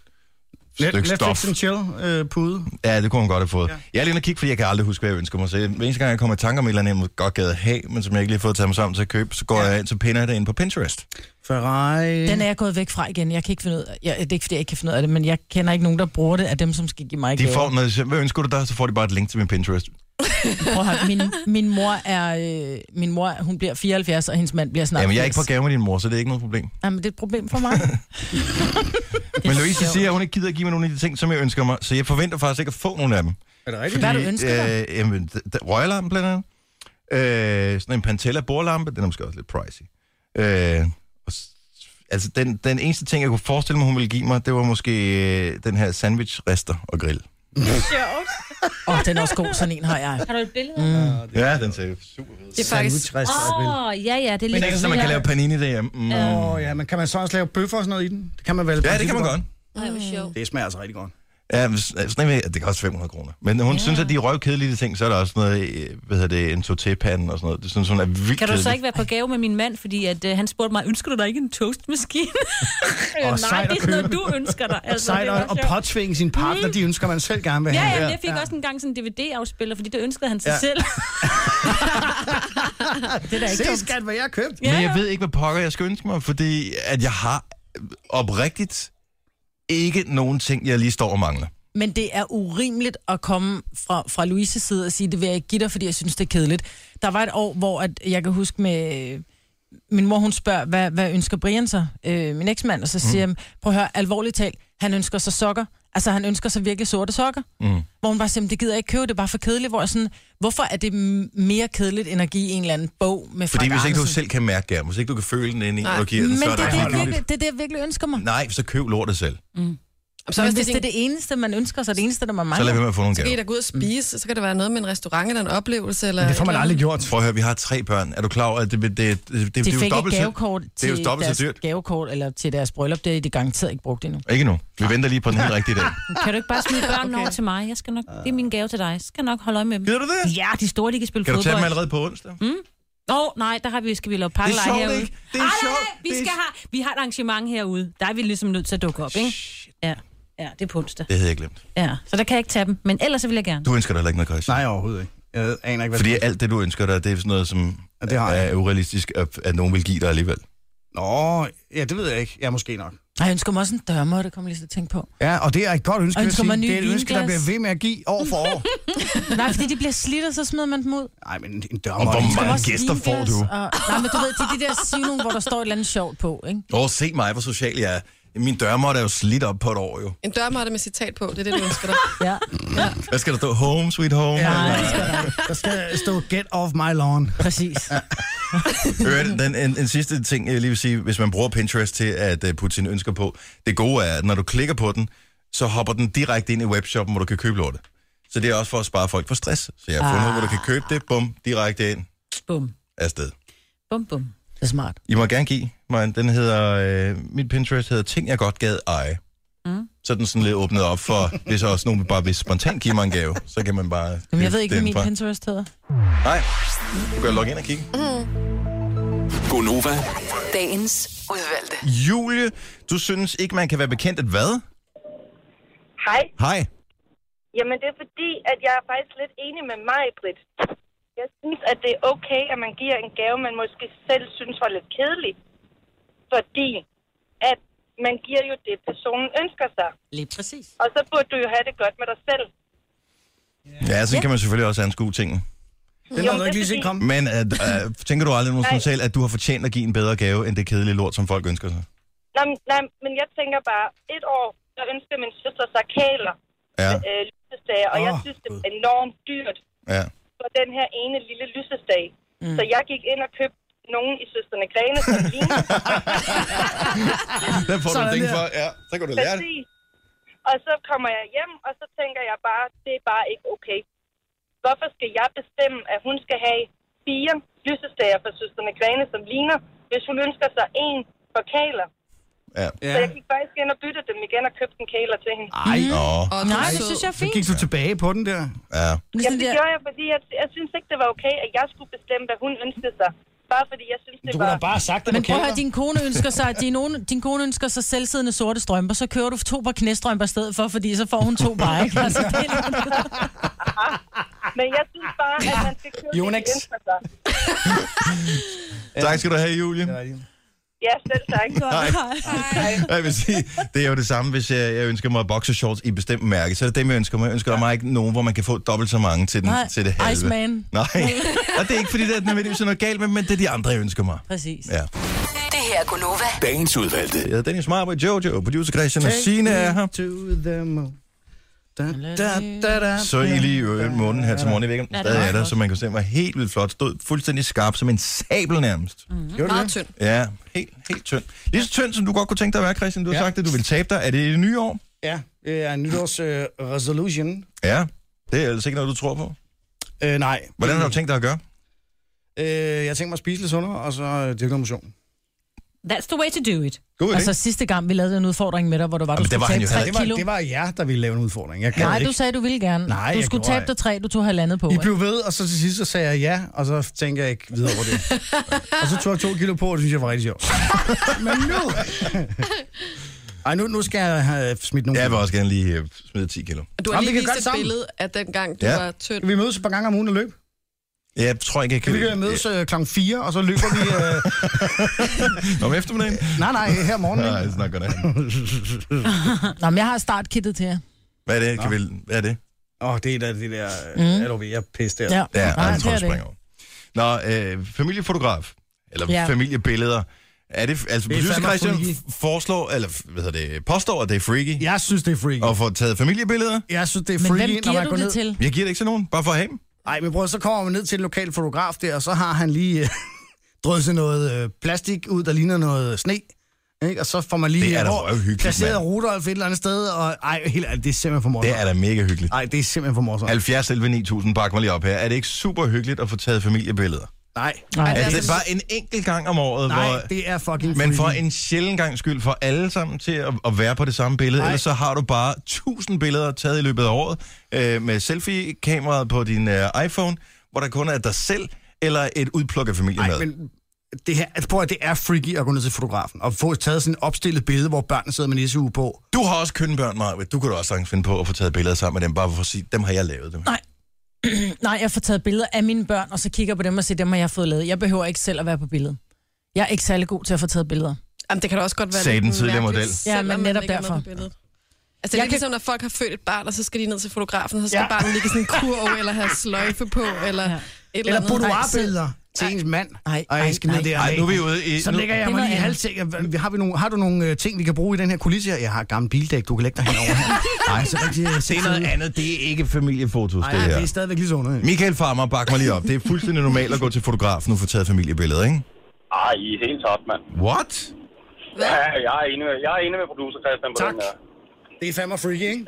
Let, stykke Netflix stof. and chill øh, pude. Ja, det kunne hun godt have fået. Ja. Jeg er lige inde og kigge, fordi jeg kan aldrig huske, hvad jeg ønsker mig. Så hver eneste gang, jeg kommer i tanke om et eller andet, jeg måske godt gad at have, men som jeg ikke lige har fået taget mig sammen til at købe, så går ja. jeg ind, så pinder jeg det ind på Pinterest. Ferrari. Den er jeg gået væk fra igen. Jeg kan ikke finde ud af, jeg, det er ikke, fordi jeg ikke kan finde ud af det, men jeg kender ikke nogen, der bruger det af dem, som skal give mig De gaver. får, når de siger, hvad ønsker du dig, så får de bare et link til min Pinterest. Prøv at høre, min, min, mor er, øh, min mor, hun bliver 74, og hendes mand bliver snart Jamen, jeg er ikke på 80. gave med din mor, så det er ikke noget problem. Jamen, det er et problem for mig. Men Louise siger, at hun ikke gider at give mig nogle af de ting, som jeg ønsker mig, så jeg forventer faktisk ikke at få nogen af dem. Er det rigtigt? Hvad du ønsker dig? øh, jamen, d- d- røglampe blandt andet. Øh, sådan en Pantella bordlampe, den er måske også lidt pricey. Øh, og s- altså, den, den eneste ting, jeg kunne forestille mig, hun ville give mig, det var måske øh, den her sandwich-rester og grill. Ah, Åh, oh, den er også god, sådan en har jeg. Har du et billede? Mm. Ja, den ser super fed. Det er faktisk... Åh, oh, ja, ja, det er Men lidt... ikke, så man kan lave panini derhjemme. Mm. Ja, Åh, ja, men kan man så også lave bøffer og sådan noget i den? Det kan man vel. det kan man godt. Ej, hvor sjovt. Det smager altså rigtig godt. Ja, men s- sådan en, det koster 500 kroner. Men hun ja. synes, at de røvkedelige ting, så er der også noget, øh, hvad hedder det, en sautépande og sådan noget. Det synes hun er vildt Kan du så kedeligt. ikke være på gave med min mand, fordi at, øh, han spurgte mig, ønsker du dig ikke en toastmaskine? Øh, Og Nej, sejt det er at sådan noget, købe. du ønsker dig. Altså, Sejt det at, var at sjovt. Mm. påtvinge sin partner, de ønsker, man selv gerne vil Ja, have. ja, men jeg fik også engang sådan en DVD-afspiller, fordi det ønskede han sig Ja. selv. Det er da ikke Se, dumt. skat, hvad jeg har købt. Ja, Men jeg ja. ved ikke, hvad pokker jeg skal ønske mig, fordi at jeg har oprigtigt ikke nogen ting, jeg lige står og mangler. Men det er urimeligt at komme fra, fra Louises side og sige, det vil jeg ikke give dig, fordi jeg synes, det er kedeligt. Der var et år, hvor at, jeg kan huske med... Min mor, hun spørger, hvad, hvad ønsker Brian sig? Øh, min eksmand, og så siger Mhm. mm. prøv at høre, alvorligt talt, han ønsker sig sokker. Altså, han ønsker sig virkelig sorte sokker. Mhm. Mm. Hvor hun bare siger, "Men det gider jeg ikke købe, det er bare for kedeligt. Hvor jeg sådan, hvorfor er det m- mere kedeligt, end at give en eller anden bog med Frank Fordi hvis ikke du Andersen?" selv kan mærke det, hvis ikke du kan føle den ind i, og giver den, Men så det er er det, der ikke jeg noget nyt. virkelig, det, er det, jeg virkelig ønsker mig. Nej, så køb lortet selv. Så Så hvis hvis det, det er det, det eneste, man ønsker, så er det eneste, der man Så lad mangler. være med at få nogle det, gaver. der gå ud og spise, så kan det være noget med en restaurant eller en oplevelse. Eller Det får man eller- aldrig gjort. Prøv at høre, vi har tre børn. Er du klar over, at det, det, det, det, det De er jo fik dobbelt så... ikke gavekort det er jo til dobbelt så deres dyrt. gavekort eller til deres bryllup. Det er de garanteret ikke brugt endnu. Ikke nu. Vi venter lige på den helt rigtige dag. Kan du ikke bare smide børnene over til mig? Jeg skal nok, det er min gave til dig. Jeg skal nok holde øje med dem. Gider du det? Ja, de store, de kan spille Kan du tage dem fodbold. allerede på onsdag? Mm. Åh, oh, nej, der har vi, skal vi lave pakkeleje sjovt, herude. ikke? Det er Ej, nej, sjovt. nej, vi, Det er skal have, vi har et arrangement herude. Der er vi ligesom nødt til at dukke op, ikke? Ja, ja det er på onsdag. Det havde jeg glemt. Ja, så der kan jeg ikke tage dem. Men ellers så vil jeg gerne. Du ønsker dig heller ikke noget, Christian. Nej, overhovedet ikke. Jeg aner ikke, hvad Fordi alt det, du ønsker dig, det er sådan noget, som Ja, det har jeg. er urealistisk, at, at nogen vil give dig alligevel. Nå, ja, det ved jeg ikke. Ja, måske nok. Og jeg ønsker mig også en dørmåtte, det kommer jeg lige til at tænke på. Ja, og det er et godt ønske, Og vil jeg ønsker mig sige. nye Det er et ønske, der vinglas. bliver ved med at give år for år. Nej, fordi de bliver slidt, og så smider man dem ud. Nej, men en Og dørmål. hvor Der er mange også gæster får vinglas du? Og... Nej, men du ved, det er de der sivnung, hvor der står et eller andet sjovt på, ikke? Åh, se mig, hvor social jeg er. Min dørmåtte er jo slidt op på et år, jo. En dørmåtte med citat på, det er det, du ønsker dig. Ja. Hvad skal der stå? Home, sweet home? Ja. Der skal stå, get off my lawn. Præcis. Den, en, en sidste ting, jeg lige vil sige, hvis man bruger Pinterest til at øh, putte sine ønsker på. Det gode er, at når du klikker på den, så hopper den direkte ind i webshoppen, hvor du kan købe lortet. Så det er også for at spare folk for stress. Så jeg har fundet ud, hvor du kan købe det, bum, direkte ind, Bum, afsted. bum, bum. Det er smart. I må gerne give mig, en- den hedder, øh, mit Pinterest hedder Ting, jeg godt gad eje. Mm. Så er den sådan lidt åbnet op for, hvis også nogen bare vil spontant give mig en gave, så kan man bare... Men jeg købe ved ikke, hvad den min fra. Pinterest hedder. Nej, du kan logge ind og kigge. Gonova, Mm. Dagens udvalgte. Julie, du synes ikke, man kan være bekendt at hvad? Hej. Hej. Jamen, det er fordi, at jeg er faktisk lidt enig med mig, Britt. Jeg synes, at det er okay, at man giver en gave, man måske selv synes var lidt kedelig. Fordi at man giver jo det, personen ønsker sig. Lige præcis. Og så burde du jo have det godt med dig selv. Ja, så kan man selvfølgelig også anskue tingene. Den har du ikke lige set komme. Men at, øh, tænker du aldrig nogensinde selv, at du har fortjent at give en bedre gave, end det kedelige lort, som folk ønsker sig? Nej, men- nej, men jeg tænker bare, et år, der ønsker min søster sig kæler, Ja, øh, lysestager, og jeg Åh, synes, det er enormt dyrt ja. for den her ene lille lysestage. Mm. Så jeg gik ind og købte nogen i Søsterne Græne, som ligner. Den får du Sådan ting der. for. Ja, så kan du lære det. Præcis. Og så kommer jeg hjem, og så tænker jeg bare, det er bare ikke okay. Hvorfor skal jeg bestemme, at hun skal have fire lysestager fra Søsterne Græne, som ligner, hvis hun ønsker sig en for kæler? Ja. Ja. Så jeg gik faktisk ind og byttede dem igen og købte en kæler til hende. Ej, Nå, Og du Nej, Mm. det så- synes jeg er så fint. gik du tilbage på den der. ja. Men Jamen, sådan det Ligesom der- gjorde jeg, fordi jeg, jeg synes ikke, det var okay, at jeg skulle bestemme, hvad hun ønskede sig. Bare fordi jeg synes, det Du var... kunne da bare have sagt, at Men prøv at høre, din kone ønsker sig, din, own- din kone ønsker sig selvsiddende sorte strømper, så kører du to par knæstrømper i stedet for, fordi så får hun to bare, ikke? Altså, det er, Men jeg synes bare, at man skal købe det, Yonex. man ønsker sig. Tak skal du have, Julie. Ja, selv tak. Jeg vil sige, det er jo det samme, hvis jeg, jeg ønsker mig boxershorts i bestemt mærke, så er det dem, jeg ønsker mig. Jeg ønsker mig ikke nogen, hvor man kan få dobbelt så mange til, den, Nej, til det halve. Iceman. Nej, og det er ikke, fordi der er nødvendigvis noget galt med dem, men det er de andre, jeg ønsker mig. præcis. Ja. Det her er Gunova. Dagens udvalgte. Jeg hedder Dennis Marber, Jojo, producer Christian og Signe er her. To the moon. Da, da, da, da. Så I lige i måneden her til morgen, jeg ved ikke, om den Ja, det stadig var er der, flot. så man kan se, den var helt vildt flot. Stod fuldstændig skarp, som en sabel nærmest. Mm-hmm. meget tynd. Ja, helt, helt tynd. Lige så tynd, som du godt kunne tænke dig at være, Christian. Du har Ja. sagt, at du vil tabe dig. Er det i det nye år? Ja, det er en nytårs øh, resolution. Ja. Det er altså ikke noget, du tror på. Øh, nej. Hvordan har du tænkt dig at gøre? Øh, jeg tænkte mig at spise lidt sundere, og så øh, dyrke noget motion. That's the way to do it. God idé. Altså sidste gang, vi lavede en udfordring med dig, hvor du var, du Jamen, det skulle var han tabe jo Nej, 3 det heller var, kilo. det var jer, der ville lave en udfordring. Jeg kan Nej, ikke. du sagde, du ville gerne. Nej, du jeg skulle gjorde tabe ikke. dig tre, du tog halvandet på. I ikke? blev ved, og så til sidst så sagde jeg ja, og så tænkte jeg ikke videre over det. og så tog jeg to kilo på, og det synes jeg var rigtig sjovt. Men nu... Ej, nu, nu skal jeg have øh, smidt nogle... Jeg vil også gerne lige øh, smide 10 kilo. Og Du har Jamen, lige vi kan vist gøre et det sammen. billede af dengang, du Ja. var tynd. Kan vi mødes et par gange om ugen og løbe? Jeg tror ikke, jeg kan... Kan vi øh, mødes øh, klokken 4, og så løber vi... Øh... Nå, om eftermiddagen? Nej, nej, her om morgenen. Nej, det ikke? snakker godt. Nå, men jeg har startkittet til jer. Hvad er det? Kan vi... Hvad er det? Åh, oh, det er da det der... Mm. Er du ved, jeg pisse der. Ja, Ja, Nej, nej, jeg tror, det jeg er det. springer over. Nå, øh, familiefotograf, eller ja. Ja. familiebilleder. Er det, altså, Det er producer fandme Christian freaky. f- foreslår, eller f- hvad hedder det, påstår, at det er freaky, Jeg synes, det er freaky. at få taget familiebilleder. Jeg synes, det er Men freaky, hvem når giver man du går det ned... til? Jeg giver det ikke til nogen, bare for at have dem. Ej, men bror, så kommer man ned til en lokal fotograf der, og så har han lige øh, drysset noget øh, plastik ud, der ligner noget sne. Ikke? Og så får man lige Det er da hvor- røvhyggeligt, placeret mand. Rudolf et eller andet sted, og ej, helt, ærligt, det er simpelthen for Det morsomt. er da mega hyggeligt. Ej, det er simpelthen for morsomt. 70 11 9000, bak mig lige op her. Er det ikke super hyggeligt at få taget familiebilleder? Nej, Nej, Er det altså- bare en enkelt gang om året, nej, hvor... det er fucking Men for freaky. en sjældent gang skyld for alle sammen til at, at være på det samme billede, Nej. ellers så har du bare tusind billeder taget i løbet af året øh, med selfie-kameraet på din øh, iPhone, hvor der kun er dig selv eller et udplukket familiemad. Nej, men det her, altså, prøv at det er freaky at gå ned til fotografen og få taget sådan et opstillet billede, hvor børnene sidder med nisseuge på. Du har også kønbørn, Marvitt. Du kunne da også sagtens finde på at få taget billeder sammen med dem, bare for at sige, dem har jeg lavet dem. Nej, jeg får taget billeder af mine børn, og så kigger jeg på dem og siger, dem har jeg fået lavet. Jeg behøver ikke selv at være på billedet. Jeg er ikke særlig god til at få taget billeder. Jamen, det kan da også godt være Sagde lidt den tidligere mærkeligt, model. Ja, selvom men man netop ikke er med derfor. på billedet. Altså, det er lidt Jeg kan- ligesom, når folk har født et barn, og så skal de ned til fotografen, og så skal Ja. ja. barnet ligge i sådan en kurv, eller have sløjfe på, eller ja. et eller, Eller andet. boudoir-billeder til ens mand. Ej, Ej, ej, jeg skal ned nej. der. Nej, nu er vi ude i... Så nu- lægger jeg Det er mig lige i noget halvsækken. Har, vi nogle, har du nogle øh, ting, vi kan bruge i den her kulisse her? Jeg har et gammelt bildæk, du kan lægge dig henover her. Nej, så rigtig øh, Det er noget andet. Det er ikke familiefotos, Nej, det det er her. stadigvæk lige så underligt. Michael Farmer, bak mig lige op. Det er fuldstændig normalt at gå til fotografen og få taget familiebilleder, ikke? Ej, I er helt top, mand. What? Ja, jeg er enig med, jeg er enig med producer Christian på Tak. den her. Det er fandme freaky, ikke?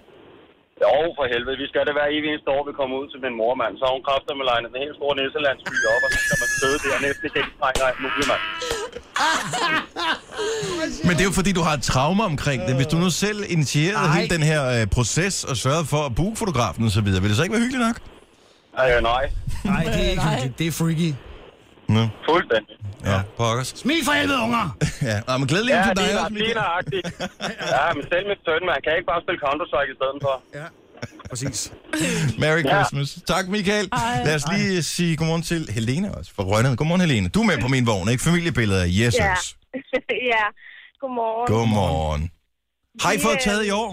Jo, for helvede. Vi skal det hver evig eneste år, vi kommer ud til min mor, mand. Så har hun kræfter med lejne den helt store næselandsby op, og så skal man støde der næste gængstrænger alt muligt, mand. Men det er jo fordi, du har et trauma omkring det. Hvis du nu selv initierede Ej. hele den her øh, proces og sørgede for at booke fotografen osv., ville det så ikke være hyggeligt nok? Øh, nej. Nej, det er ikke hyggeligt. Det er freaky. Nå, Fuldstændig. ja, pokkers. Smil for helvede, unger! Ja, Nå, men glædelig Ja, jul til det dig er også, det er Michael. nøjagtigt. Ja, men selv med søn, man kan ikke bare spille Counter-Strike i stedet for. Ja, præcis. Merry Christmas. Tak, Michael. Lad os lige øh, sige godmorgen til Helene også fra Rønne. Godmorgen, Helene. Du er med på min vogn, ikke? Familiebilleder. Jesus. Ja. ja, godmorgen. Godmorgen. Har I Vi, fået øh, taget i år?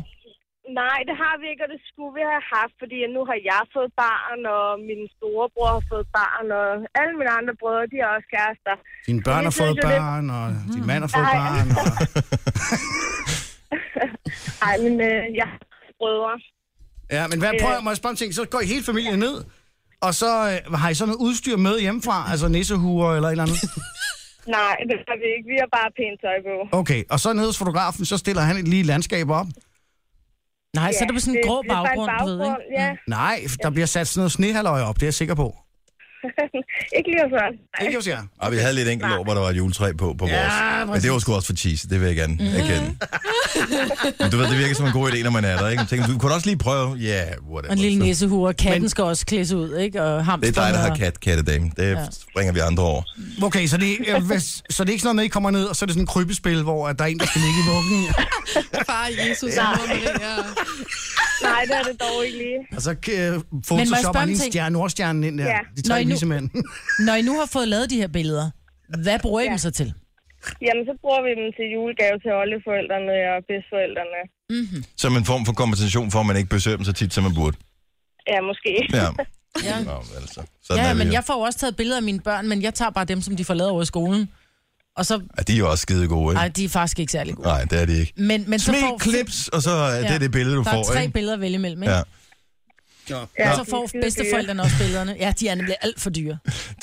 Nej, det har vi ikke, og det skulle vi have haft, fordi nu har jeg fået barn, og min storebror har fået barn, og alle mine andre brødre, de er også kærester. Dine børn Jeg har fået synes jo, det- barn, og din mand har fået Nej. barn. Og... Nej, men øh, jeg har tre brødre. Ja, men hvad, prøv at må jeg spørge om ting. Så går I hele familien ned, og så øh, har I så noget udstyr med hjemmefra? Altså nissehuer eller et eller andet? Nej, det har vi ikke. Vi har bare pænt tøj på. Okay, og så nede hos fotografen, så stiller han et lige landskab op. Nej, så er det på sådan en grå baggrund, du ved, ikke? Ja, Nej, der bliver sat sådan noget snehalløj op, det er jeg sikker på. ikke lige sådan. Ikke, hos jer? Og vi havde lidt enkelt år, hvor der var et juletræ på på vores. Ja, men det var sgu også for cheese, det vil jeg gerne Mhm. erkende. men du ved, det virker som en god idé, når man er der, ikke? Man tænker, du kunne også lige prøve, ja, yeah, whatever. Og en lille Så- nissehue, og katten skal også klædes ud, ikke? Og Det hamsteren er dig, der har og- kat, kattedame. Det ja. bringer vi andre over. Okay, så det, øh, hvis, så det er ikke sådan noget med, at I kommer ned, og så er det sådan et krybespil, hvor at der er en, der skal ligge i vuggen. Far Jesus og mor Maria. Nej, det er det dog ikke lige. Og så øh, spørge photoshopper om lige en ting? stjerne, nordstjernen ind der. Ja. Ja. De tre Nå, I nu- vise mænd. Når I nu har fået lavet de her billeder, hvad bruger I dem så til? Jamen, så bruger vi dem til julegave til oldeforældrene og bedsteforældrene. Mhm. Som en form for kompensation for, at man ikke besøger dem så tit, som man burde. Ja, måske. Ja. ja. Nå, men altså. Sådan Ja, er ja, vi men jo. jeg får jo også taget billeder af mine børn, men jeg tager bare dem, som de får lavet over i skolen. Og så, Ja, de er jo også skide gode, ikke? nej, de er faktisk ikke særlig gode. Nej, det er de ikke. Men, men så Smil, får, klips, og så er det Ja. det billede, du der er får, tre ikke? billeder at vælge imellem, ikke? Ja. Ja, Og så får bedsteforældrene også billederne. Ja, de er nemlig alt for dyre.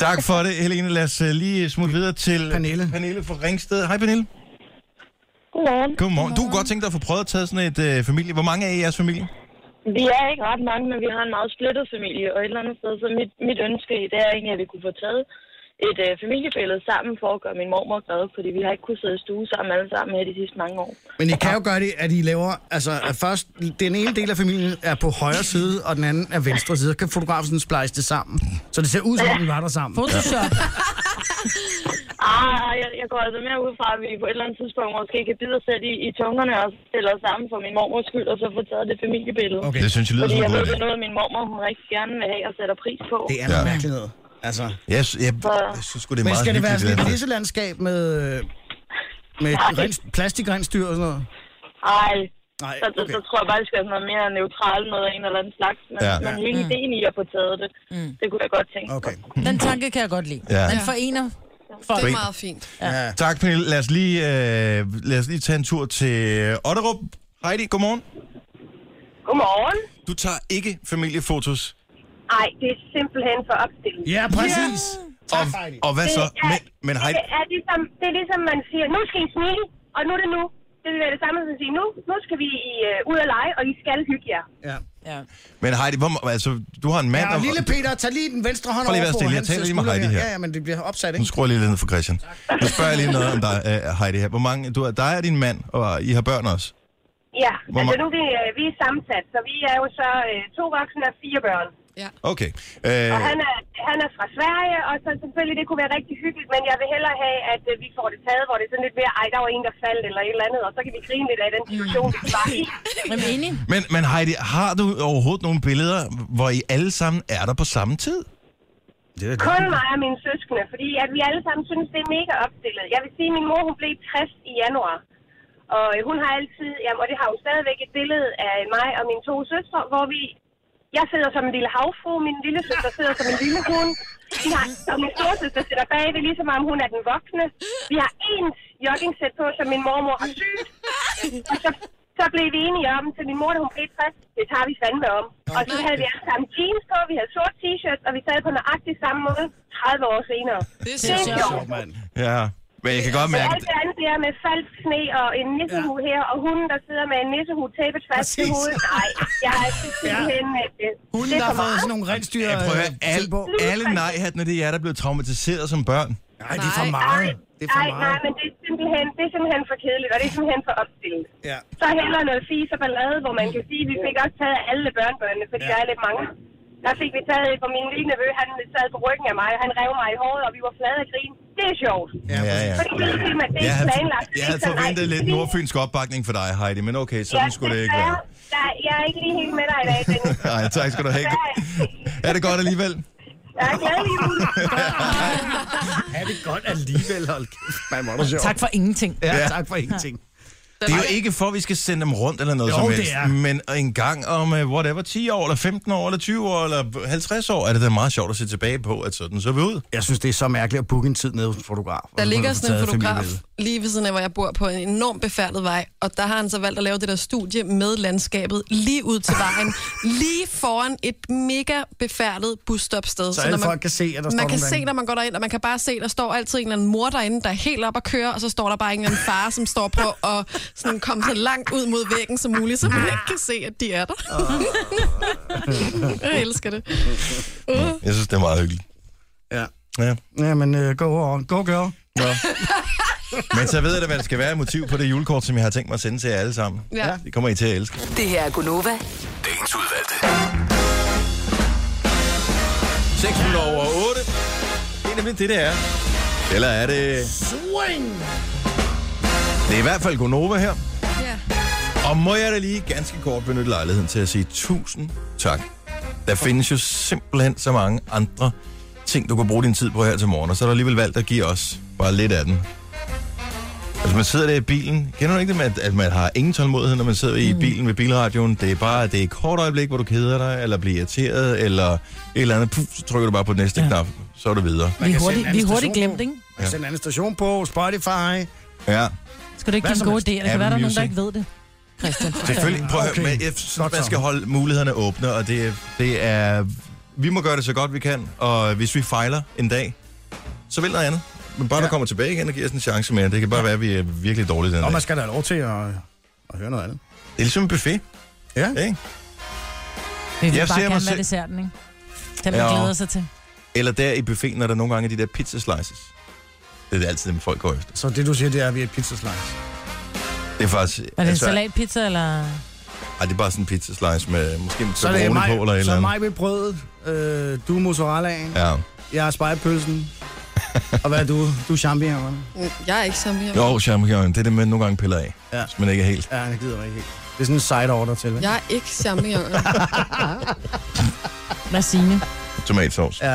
Tak for det, Helene. Lad os øh, lige smutte videre til Pernille. Pernille fra Ringsted. Hej, Pernille. Godmorgen. Godmorgen. Du kunne godt tænke dig at få prøvet at tage sådan et øh, familie. Hvor mange af jer er i jeres familie? Vi er ikke ret mange, men vi har en meget splittet familie, og et eller andet sted, så mit, mit ønske i det er egentlig, at vi kunne få taget et øh, familiebillede sammen for at gøre min mormor glad, fordi vi har ikke kunnet sidde i stue sammen alle sammen her de sidste mange år. Men I kan jo gøre det, at I laver, altså at først, den ene del af familien er på højre side, og den anden er venstre side. Så kan fotografen sådan splice det sammen, så det ser ud som om, I var der sammen. Photoshop. Ah, jeg, jeg går altså mere ud fra, at vi på et eller andet tidspunkt måske kan bide os selv i, i tungerne og stille os sammen for min mormors skyld, og så få taget det familiebillede. Okay. Det synes jeg lyder Fordi som en jeg ved, god det idé. er noget, min mormor hun rigtig gerne vil have og sætter pris på. Det er noget Ja. mærkeligt noget. Altså. Jeg, jeg, jeg, jeg synes sgu, det er Men meget skal det være sådan et hyggeligt. nisselandskab med, øh, med rens, plastikrensdyr og sådan noget? Ej, Nej, så, okay. okay. så, så tror jeg bare, det skal være sådan noget mere neutralt noget af en eller anden slags. Men, Ja. ja. men hele ideen i at få taget det, mm. det kunne jeg godt tænke på. Okay. Den tanke kan jeg godt lide. Ja. Man forener folk. Det er meget fint. Ja. det. Tak, Pernille. Lad os, lige, øh, lad os lige tage en tur til øh, Otterup. Heidi, godmorgen. Godmorgen. Du tager ikke familiefotos. Ej, det er simpelthen for opstilling. Ja, præcis. Og, Tak, Heidi. og hvad så? Men, men Heidi, er ligesom, det er ligesom, man siger, nu skal I smile, og nu er det nu. Det vil være det samme som at sige, nu, nu skal vi øh, ud og lege, og I skal hygge jer. Ja. Ja. men Heidi hvor, altså, du har en mand, Ja, og og, lille Peter, tag lige den venstre hånd Prøv lige at være over på stille. Jeg hans taler lige med skulder Heidi her. Ja, ja, men det bliver opsat, nu ikke? skruer jeg lige lidt ned for Christian. Nu spørger jeg lige noget om dig, øh, Heidi her. Hvor mange, du er dig og din mand, og I har børn også. Ja, Hvor altså ma- nu er vi, øh, vi er sammensat, så vi er jo så øh, to voksne og fire børn. Okay. Og Øh, han er, han er fra Sverige, og så selvfølgelig, det kunne være rigtig hyggeligt, men jeg vil hellere have, at øh, vi får det taget, hvor det er sådan lidt mere, ej, der var en, der faldt, eller et eller andet, og så kan vi grine lidt af den situation, vi var i. Men enig? men, men Heidi, har du overhovedet nogle billeder, hvor I alle sammen er der på samme tid? Det er Kun mig og mine søskende, fordi at vi alle sammen synes, det er mega opstillet. Jeg vil sige, at min mor hun blev 60 i januar. Og øh, hun har altid, jamen, og det har hun stadigvæk et billede af mig og mine to søstre, hvor vi... Jeg sidder som en lille havfru, min lille søster sidder som en lille hund. Vi har, og min storsøster sidder bagved, ligesom om hun er den voksne. Vi har ens joggingsæt på, som min mormor har syet. Og så, så blev vi enige om, til min mor, da hun blev 60, det tager vi fandme om. Og så havde vi alle sammen jeans på, vi havde sort t-shirt, og vi sad på nøjagtig samme måde 30 år senere. Det er Det er sjovt. sjovt. mand. Ja, men jeg kan godt Men mærke... alt det andet der med falsk sne og en nissehue her, og hunden, der sidder med en nissehue tæppet fast i Præcis. hovedet. Nej, jeg er simpelthen... Ja. Hunden, der har fået sådan nogle rensdyr Ja, prøv at høre, øh, alle, selv på. alle nej-hattene, det er jer, der er blevet traumatiseret som børn. Nej, det er for Nej, meget. Det er Nej, for nej, meget. men det er, simpelthen, det er simpelthen for kedeligt, og det er simpelthen for opstillet. Ja. Så heller noget fis og ballade, hvor man kan sige, at vi fik også taget alle børnebørnene, fordi Ja. ja. der er lidt mange. Der fik vi taget et, hvor min lille nevø, han sad på ryggen af mig, og han rev mig i håret, og vi var flade af grin. Det er sjovt. Ja, Så det er ligesom, at det Jeg er havde, planlagt. jeg havde Det er så forventet nej. lidt nordfynsk opbakning for dig, Heidi, men okay, sådan skulle det ikke være. desværre. Der, jeg er ikke lige helt med dig i dag, Dennis. Nej, tak skal du have. Er det godt alligevel? Jeg er glad lige nu. Er det godt alligevel, hold kæft. Man må da sjovt. Tak for ingenting. Ja, tak for ingenting. Det er jo ikke for, at vi skal sende dem rundt eller noget Jo, som det helst. er. Men en gang om, øh, whatever, 10 år, eller 15 år, eller 20 år, eller 50 år, er det da meget sjovt at se tilbage på, at sådan så vi ud. Jeg synes, det er så mærkeligt at booke en tid nede hos en fotograf. og Der så ligger få sådan en taget fotograf familiebillede. lige ved siden af, hvor jeg bor på en enormt befærdet vej, og der har han så valgt at lave det der studie med landskabet lige ud til vejen, lige foran et mega befærdet busstopsted. Så alle folk kan se, at der står man kan nogen se, derinde. når man går derind, og man kan bare se, der står altid en eller anden mor derinde, der er helt op at køre, og så står der bare en eller anden far, som står på at sådan komme så langt ud mod væggen som muligt, så man ikke kan se, at de er der. jeg elsker det. Jeg synes, det er meget hyggeligt. Ja. Ja. Ja, men øh, go, on. go girl. Nå. Men så ved jeg da, hvad der skal være af motiv på det julekort, som jeg har tænkt mig at sende til jer alle sammen. Ja. Det kommer I til at elske. Det her er Gunova. Dagens udvalgte. 6 minutter over 8. Det er nemlig det, det er. Eller er det... Swing! Det er i hvert fald Gonova her. Mm. Og må jeg da lige ganske kort benytte lejligheden til at sige tusind tak. Der findes jo simpelthen så mange andre ting, du kan bruge din tid på her til morgen, og så er der alligevel valgt at give os bare lidt af den. Altså, man sidder der i bilen. Kender du ikke det med, at- at man har ingen tålmodighed, når man sidder i bilen ved bilradioen? Det er bare det er et kort øjeblik, hvor du keder dig, eller bliver irriteret, eller et eller andet. Puh, så trykker du bare på den næste ja. knap, så er du videre. Vi er kan hurtigt, sende vi er en hurtigt station. glemt, ikke? Man kan sende en anden station på, Spotify. Ja. Skal du ikke Hvad give som en god helst. idé? Der kan Apple være, der er nogen, Music. der ikke ved det. Christian. Selvfølgelig. Prøv at høre, Okay. men jeg synes, Godt man så. skal holde mulighederne åbne, og det, det er... Vi må gøre det så godt, vi kan, og hvis vi fejler en dag, så vil noget andet. Men bare ja. Ja. du kommer tilbage igen og giver os en chance mere. Det kan bare være, at vi er virkelig dårlige den Og dag. man skal da have lov til at, at høre noget andet. Det er ligesom en buffet, Ja. ikke? Vi vil Jeg bare ser mig gerne være selv- desserten, ikke? Den, man Ja. glæder sig til. Eller der i buffeten, når der nogle gange er de der pizza slices. Det er altid dem, folk går efter. Så det, du siger, det er, at vi er et pizzaslice. Det er faktisk... altså, Var det en salatpizza, eller... Ej, det er bare sådan en pizza slice med måske en Så er det pepperoni på eller et eller så er andet. mig ved brødet, øh, du er mozzarellaen, ja. Ja. jeg er spejepølsen, og hvad er du? Du er champignonerne. Uh, Jeg er ikke så mere. Jo, champignon, det er det, man nogle gange piller af. Ja. Hvis man ikke er helt. Ja, jeg gider mig ikke helt. Det er sådan en side order til, ikke? Jeg er ikke champignon. Hvad Signe? Tomatsovs. Ja.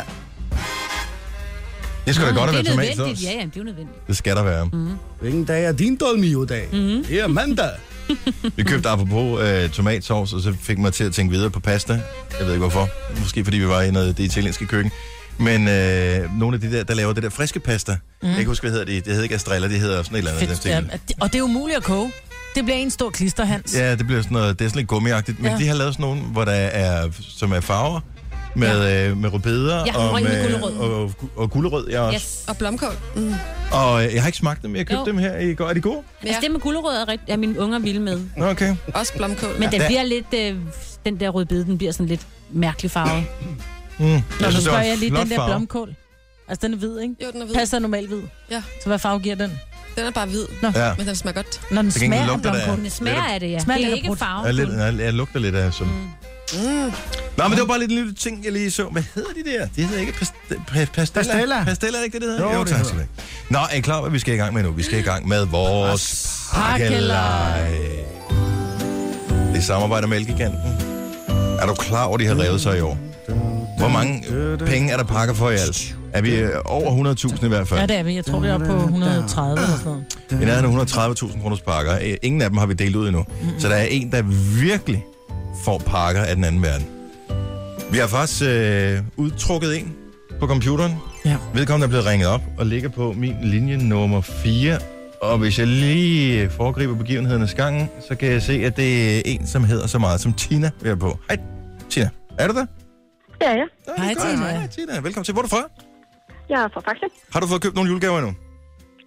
Det skal da godt at Ah, det være er tomatsovs. nødvendigt. Ja, ja, det er nødvendigt. Det skal der være. Mm. Mhm. Hvilken dag er din dolmio-dag? Mhm. Mm-hmm. Det er mandag. Vi købte apropos øh, tomatsovs, og så fik mig til at tænke videre på pasta. Jeg ved ikke hvorfor. Måske fordi vi var i noget, det italienske køkken. Men øh, nogle af de der, der laver det der friske pasta. Mm. Mhm. Jeg kan ikke huske, hvad hedder de. Det hedder ikke astrella, det hedder sådan et eller andet. Fedt. den stil. Ja, det- og det er umuligt at koge. Det bliver en stor klisterhans. Ja, det bliver sådan noget, det er sådan lidt gummiagtigt. Men Ja. de har lavet sådan nogle, hvor der er, som er farver. Med, øh, med rødbeder Ja, og, og en med med, gulerod. og, og, og gulerød, ja også. Yes. Yes. Og blomkål. Mm. Og øh, jeg har ikke smagt dem, jeg købte Jo. dem her i går. Er de gode? Altså, det med gulerødder er, rigt- er mine unger vilde med. Nå, Okay. Også blomkål. Men den der- bliver lidt... Øh, den der rødbede, den bliver sådan lidt mærkelig farvet. Mm. Jeg Nå, nu synes, det var spørger en jeg lige, flot den der farve. blomkål. Altså, den er hvid, ikke? Jo, den er hvid. Passer normalt hvid. Ja. Så hvad farve giver den? Den er bare hvid, Ja. men den smager godt. Når den Til gengæld smager af lugter det af- blomkål. Den smager af det, ja. Smager det er lidt af ikke brudt. farvet. Jeg, lidt, jeg, jeg lugter lidt af som... Mm. Mm. Nå, men det var bare lidt en lille ting, jeg lige så. Hvad hedder de der? Det hedder ikke past- pa- pastella. Pastella. Pastella, er det ikke det, det hedder? Jo, det tak hedder skal du have. Nå, er I klar, over, hvad vi skal i gang med nu? Vi skal i gang med vores pakkelej. Det samarbejder med Elgiganten. Er du klar over, de har revet sig i år? Hvor mange penge er der pakker for i alt? Er vi øh, over 100.000 i hvert fald? Ja, det er vi. Jeg tror, det er oppe på 130 eller sådan noget. I nærheden af 130.000 kroners pakker. Øh, Ingen af dem har vi delt ud endnu. Mm-hmm. Så der er en, der virkelig får pakker af den anden verden. Vi har faktisk øh, udtrukket en på computeren. Ja. Vedkommende er blevet ringet op og ligger på min linje nummer 4. Og hvis jeg lige foregriber begivenhedernes gang, så kan jeg se, at det er en, som hedder så meget som Tina, vi er på. Hej, Tina. Er du der? Ja, ja. Ja, Hej, det er godt. Tina. Hej, Tina. Velkommen til. Hvor er du fra? Jeg er fra Faxe. Har du fået købt nogle julegaver endnu?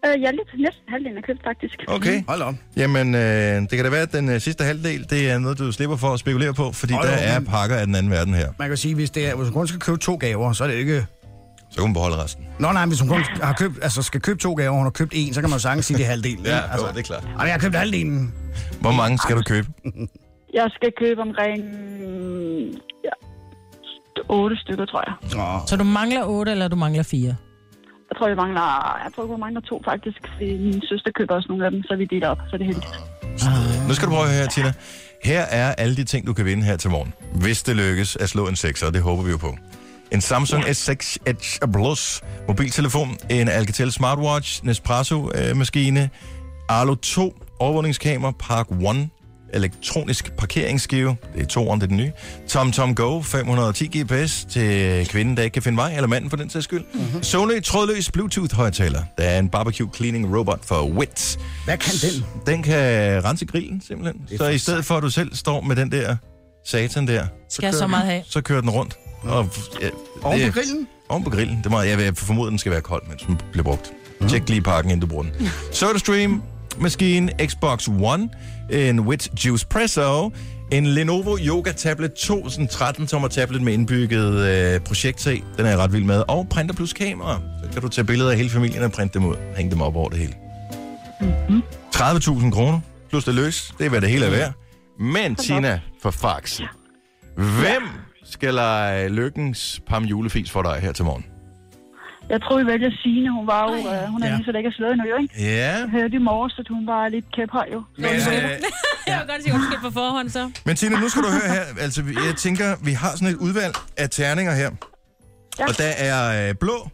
Øh, jeg er lidt næsten halvdelen af købt, faktisk. Okay. Mm. Hold op. Jamen, øh, det kan da være, at den øh, sidste halvdel, det er noget, du slipper for at spekulere på, fordi Hold der da op, er men- pakker af den anden verden her. Man kan sige, hvis, det er, hvis hun kun skal købe to gaver, så er det ikke... Så kan man beholde resten. Nå nej, hvis hun kun har købt, altså skal købe to gaver, og hun har købt en, så kan man jo sagtens sige, det er halvdelen. ikke? altså, er klart. Jamen, jeg har købt halvdelen. Hvor mange skal du købe? Jeg skal købe omkring... Ja, 8 stykker, tror jeg. Åh, Så du mangler 8, eller du mangler 4? Jeg tror, vi mangler, jeg tror, vi mangler to faktisk. fordi Min søster køber også nogle af dem, så vi deler op, så det er heldigt. Nu skal du prøve at høre, Tina. Her er alle de ting, du kan vinde her til morgen. Hvis det lykkes at slå en 6'er, det håber vi jo på. En Samsung S6 Edge Plus mobiltelefon, en Alcatel smartwatch, Nespresso-maskine, Arlo 2, overvågningskamera, Park One, elektronisk parkeringsskive, det er toeren, det er den nye, TomTom Go, 510 GPS til kvinden, der ikke kan finde vej, eller manden for den sags skyld, mm-hmm. Mhm. Sony trådløs Bluetooth-højtaler, der er en barbecue cleaning robot for WIT. Hvad kan den? Den kan rense grillen, simpelthen. Så i stedet for, at du selv står med den der satan der, Skal jeg så meget have? så kører den rundt. Og, ja, Oven det- på grillen? Oven på grillen. Det er meget, jeg vil formode, den skal være kold, mens den bliver brugt. Mm. Tjek lige pakken, inden du bruger den. SodaStream, maskine, Xbox One, en Wit Juice Presso, en Lenovo Yoga Tablet 2, sådan 13-tommer tablet med indbygget øh, projekt Den er jeg ret vild med. Og printer plus kamera. Så kan du tage billeder af hele familien og printe dem ud. Hænge dem op over det hele. 30.000 kroner plus det løs. Det er, hvad det hele er værd. Men Tina, for fax. Hvem skal lege lykkens pam julefis for dig her til morgen? Jeg tror, vi vælger Signe. Hun var jo, øh, hun er Ja. lige så lækker slået endnu, jo, ikke? Ja, Hørte i morges, at hun var lidt kæphøj, jo. men, øh, Jeg vil godt sige undskyld på forhånd, så. men Tina, nu skal du høre her. Altså, vi- jeg tænker, vi har sådan et udvalg af terninger her. Ja. Og der er øh, blå,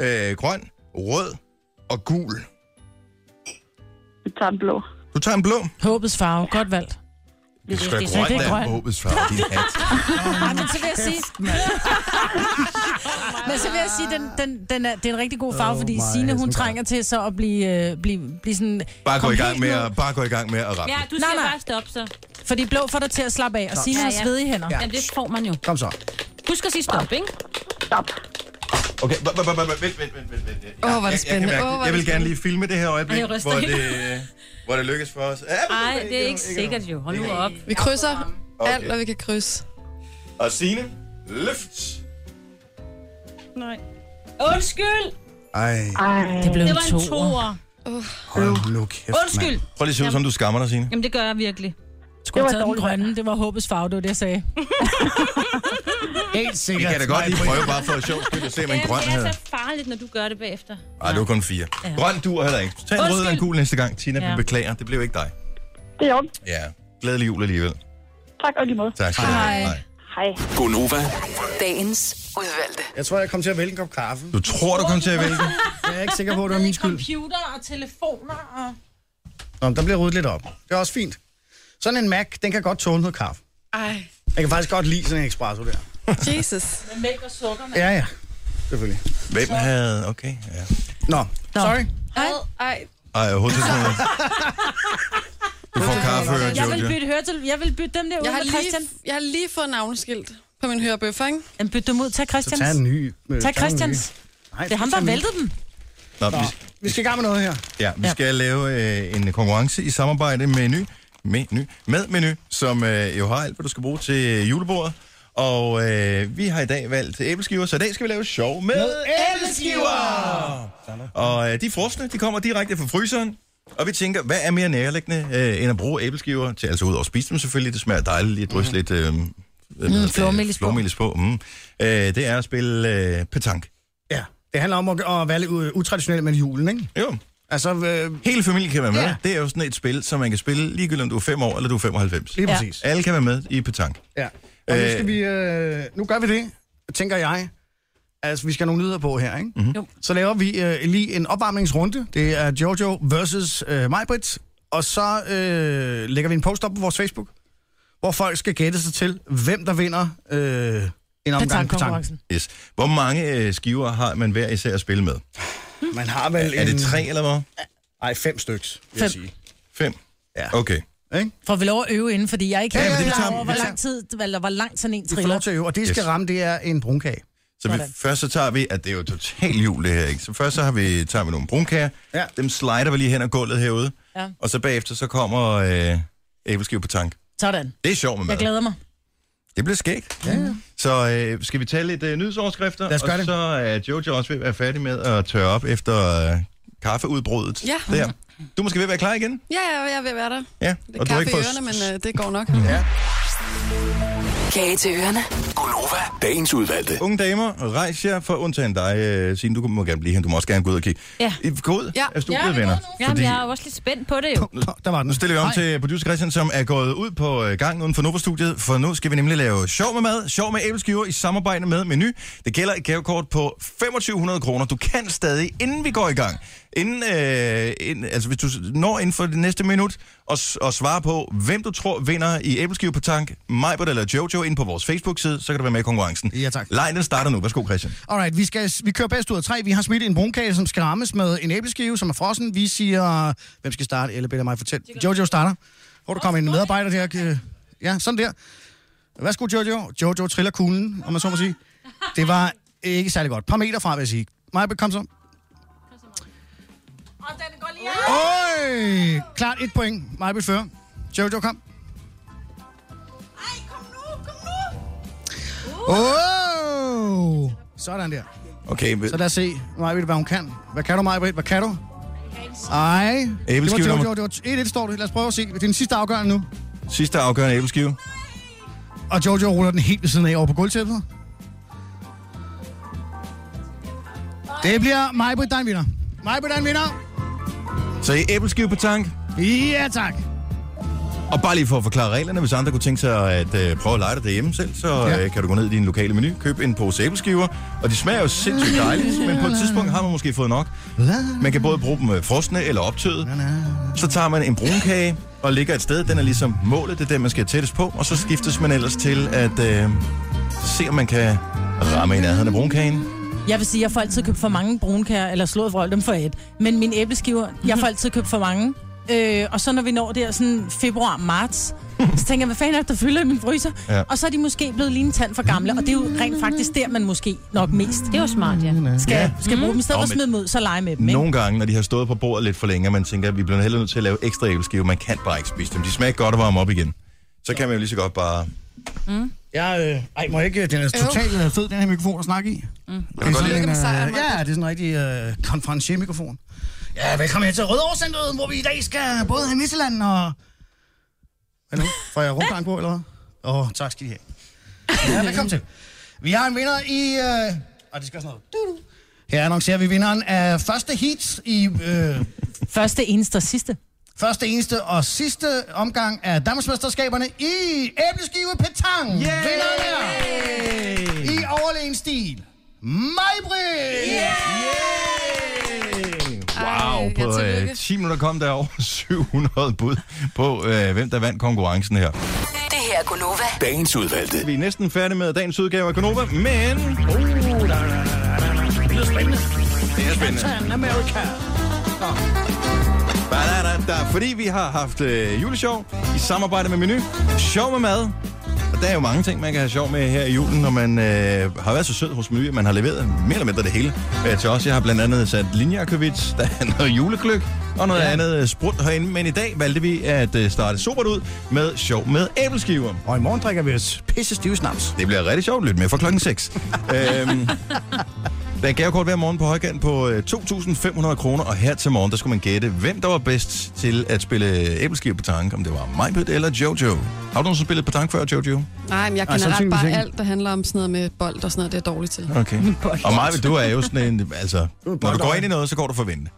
øh, grøn, rød og gul. Vi tager den blå. Du tager en blå. Håbets farve. Godt valgt. Det skal det- grøn, det er der grøn. håbets farve, din hat. Ej, men så vil jeg sige... men så vil jeg sige, den, den, den er, det er en rigtig god farve, Oh oh fordi my, Signe, hun sådan trænger til så at blive, øh, blive, blive sådan... Bare gå komme i gang helt med ned. at, bare gå i gang med at rappe. Ja, du Nej, skal nej. bare stoppe, så. Fordi blå får dig til at slappe af, og Signe Ja, har ja. svedige hænder. Ja. Jamen, det får man jo. Kom så. Husk at sige stop, ikke? Stop. Okay, b- b- b- b- vent, vent, vent, vent, vent. Åh, hvor er Jeg- det jeg kan spændende. mærke Åh, hvor er Jeg det vil gerne lige filme det her øjeblik, Ej, jeg ryster hvor helt. det, øh, hvor det lykkes for os. Nej, det er ikke sikkert jo. Hold nu op. Vi krydser okay. alt, hvad vi kan krydse. Og Signe, løft. Nej. Undskyld! Ej, Det blev Det en var en toer. toer. hold nu kæft, Undskyld! Prøv lige at se ud, som du skammer dig, Signe. Jamen, det gør jeg virkelig. Skulle have Det var taget den dårligt. grønne. Det var håbets farve, det var det, jeg sagde. mand. Helt Vi sikkert. kan da godt lige prøve bare for sjov skyld at se, om en grøn det er havde. så farligt, når du gør det bagefter. Ej, det var kun fire. Grøn dur heller ikke. Tag en rød og en Undskyld. gul næste gang. Tina, Ja. vi beklager. Det blev ikke dig. Det er om. Ja. Glædelig jul alligevel. Tak og lige måde. Tak skal du have. Hej. Hej. Gonova. Dagens udvalgte. Jeg tror, jeg kom til at vælge en kop kaffe. Du tror, du kom til at vælge den? Jeg er ikke sikker på, at det var min skyld. Computer og telefoner og... Nå, men der bliver ryddet lidt op. Det er også fint. Sådan en Mac, den kan godt tåle noget kaffe. Ej, Jeg kan faktisk godt lide sådan en espresso der. Jesus. Med mælk og sukker. Ja, ja. Selvfølgelig. Hvem havde... Okay, ja. Nå, sorry. Ej, ej. Ej, hovedtelefonen. Du får kaffe, Jeg vil Jojo. bytte høretel. Jeg vil bytte dem der ud Jeg har, med Christian. lige, jeg har lige fået navneskilt på min hørebøffer, ikke? Jamen, bytte dem ud. Tag Så tag Christians. en ny. øh, Tag en Christians. ny. Nej, Det er ham, tag der en ny. væltede dem. Nå, vi, Vi skal i gang med noget her. ja, vi skal lave øh, en konkurrence i samarbejde med Meny, menu, med Menu, som øh, jo har alt, hvad du skal bruge til øh, julebordet. Og øh, vi har i dag valgt æbleskiver, så i dag skal vi lave sjov med, med Og øh, de frosne, de kommer direkte fra fryseren. Og vi tænker, hvad er mere nærliggende øh, end at bruge æbleskiver til, altså ud over at spise dem selvfølgelig, det smager dejligt lige at drysse lidt øh, mm, flormelis på. på. Mm. Øh, det er at spille øh, petanque. Ja, det handler om at, at være lidt øh, utraditionel med julen, ikke? Jo, Altså, øh, hele familien kan være med. Ja. Det er jo sådan et spil, som man kan spille ligegyldigt om du er 5 år eller du er 95. lige Ja. præcis. Alle kan være med i petanque. Ja. Og nu, skal Øh. vi, øh, nu gør vi det, tænker jeg. Altså, vi skal have nogle nyheder på her, ikke? Mhm. Jo. Så laver vi øh, lige en opvarmningsrunde. Det er Jojo versus øh, Majbrit. Og så øh, lægger vi en post op på vores Facebook, hvor folk skal gætte sig til, hvem der vinder øh, en omgang petang. Petangkonkurrencen. Yes. Hvor mange øh, skiver har man hver især at spille med? Man har vel Er en... det tre eller hvad? Ej, fem styks, vil jeg Fem. sige. Fem? Ja. Okay. Ikke? For vi lov at øve inden, fordi jeg er ikke Ja, helt men det er klar samme. over, hvor Det er lang tid, eller hvor langt sådan en Vi får lov triller. til at øve, og det, I skal Yes. ramme, det er en brunkage. Så vi, Sådan. først så tager vi, at det er jo totalt jul det her, ikke? Så først så har vi, tager vi nogle brunkager, Ja. dem slider vi lige hen ad gulvet herude, Ja. og så bagefter så kommer øh, æbleskive på tank. Sådan. Det er sjovt med Jeg mad. glæder mig. Det bliver skægt. Ja. Så øh, skal vi tage lidt øh, nyhedsoverskrifter, Lad os gøre og det. så er Jojo også ved at være færdig med at tørre op efter øh, kaffeudbruddet. Ja. Der. Du er måske ved at være klar igen? Ja, ja, jeg er ved at være der. Ja. Det er du har kaffe i fået- ørerne, men øh, det går nok. Kage til ørerne. Gonova. Dagens udvalgte. Unge damer, rejs jer for undtagen dig, øh, Signe, du må gerne blive her, du må også gerne gå ud og kigge. Ja. I- Gå ud Ja. af studiet, venner. Jamen, jeg er jo også lidt spændt på det jo. Der var den. Nu stiller vi om til producer Christian, som er gået ud på øh, gangen uden for Nova-studiet, for nu skal vi nemlig lave sjov med mad, sjov med æbleskiver i samarbejde med Menu. Det gælder et gavekort på 2500 kroner. Du kan stadig, inden vi går i gang, Inden, øh, ind, altså hvis du s- når inden for det næste minut og, s- og svare på, hvem du tror vinder i æbleskive på tank, Majbert eller Jojo, ind på vores Facebook-side, så kan du være med i konkurrencen. Ja, tak. Lejen den starter nu. Værsgo, Christian. Alright, vi, skal, vi kører bedst ud af tre. Vi har smidt en brunkage, som skal rammes med en æbleskive, som er frossen. Vi siger, hvem skal starte? Elle, Bella, mig, fortæl. Jojo starter. Hvor der kommer en medarbejder der. øh, Ja, sådan der. Værsgo, Jojo. Jojo triller kuglen, om man så må sige. Det var ikke særlig godt. Par meter fra, vil jeg sige. Maja, kom så. Oj! Klart et point. Maja, fører. Jojo, kom. Oh! Sådan der. Okay, Så lad os se, Majbrit, hvad hun kan. Hvad kan du, Majbrit? Hvad kan du? Ej. Det var Æbleskive Jojo. nummer- Det var 1-1, står det. Lad os prøve at se. Det er den sidste afgørende nu. sidste afgørende æbleskive. Og Jojo ruller den helt ved siden af over på gulvtæppet. Det bliver Majbrit, der er en vinder. Majbrit er en vinder. Så i æbleskive på tank. Ja, tak. Og bare lige for at forklare reglerne, hvis andre kunne tænke sig at øh, prøve at lege det derhjemme selv, så Ja. øh, kan du gå ned i din lokale menu, købe en pose æbleskiver, og de smager jo sindssygt dejligt, men på et tidspunkt har man måske fået nok. Man kan både bruge dem øh, frosne eller optøet. Så tager man en brunkage og ligger et sted, den er ligesom målet, det er den, man skal tættest på, og så skiftes man ellers til at øh, se, om man kan ramme i nærheden af brunkagen. Jeg vil sige, jeg får altid købt for mange brunkager, eller slået vrøl dem for et. Men mine æbleskiver, jeg får altid købt for mange. Øh, og så når vi når der sådan februar-marts, så tænker jeg, hvad fanden er det, der fylder i min fryser? Ja. Ja. Og så er de måske blevet lige en tand for gamle, og det er jo rent faktisk der, man måske nok mest Det var smart, ja. skal, Ja. ja. skal bruge dem. I stedet Nå, for at men- smide dem ud, så lege med dem. Ikke? Nogle gange, når de har stået på bordet lidt for længe, og man tænker, at vi bliver heller nødt til at lave ekstra æbleskiver, man kan bare ikke spise dem. De smager godt og varme op igen. Så kan man jo lige så godt bare... Jeg, øh, ej, må jeg ikke... Den er totalt øh, fed, den her mikrofon at snakke i. Mm. Det er sådan en, øh, ja, det er sådan en rigtig øh, konferenciemikrofon. Ja, velkommen her til Rødovrecenteret, hvor vi i dag skal både have Nisseland og... Hallo, får jeg rumgang på, eller hvad? Åh, oh, tak skal I have. Ja, velkommen til. Vi har en vinder i... Øh, og det skal sådan noget. Du-du. Her annoncerer vi vinderen af første heat i øh, Første, eneste og sidste. første, eneste og sidste omgang af Danmarksmesterskaberne i æbleskive petang. Yeah! Vinderen er... I overlegen stil. Majbrit! Wow, Ej, ja, på øh, tillykke. 10 minutter kom der over 700 bud på, øh, hvem der vandt konkurrencen her. Det her er Gunova. Dagens udvalgte. Vi er næsten færdige med dagens udgave af Konova, men... Oh, Det lyder spændende. Det er spændende. Pan America. Badadada, Fordi vi har haft øh, juleshow i samarbejde med Menu. Sjov med mad. Og der er jo mange ting, man kan have sjov med her i julen, når man øh, har været så sød hos Menu, at man har leveret mere eller mindre det hele øh, til os. Jeg har blandt andet sat linjearkovits, der er noget julegløk og noget ja. andet øh, sprut herinde. Men i dag valgte vi at øh, starte sobert ud med sjov med æbleskiver. Og i morgen drikker vi os pisse stive snaps. Det bliver rigtig sjovt. Lyt med fra klokken 6. øhm, der er gavekort hver morgen på højkant på øh, 2.500 kroner, og her til morgen, der skulle man gætte, hvem der var bedst til at spille æbleskiver på tank, om det var Majbet eller Jojo. Har du nogensinde spillet på tank før, Jojo? Nej, men jeg Ej, så kender ret typisk bare ikke. alt, der handler om sådan noget med bold og sådan noget, det er jeg dårlig til. Okay. Og Majbet, du er jo sådan en, altså, når du går ind i noget, så går du for at vinde.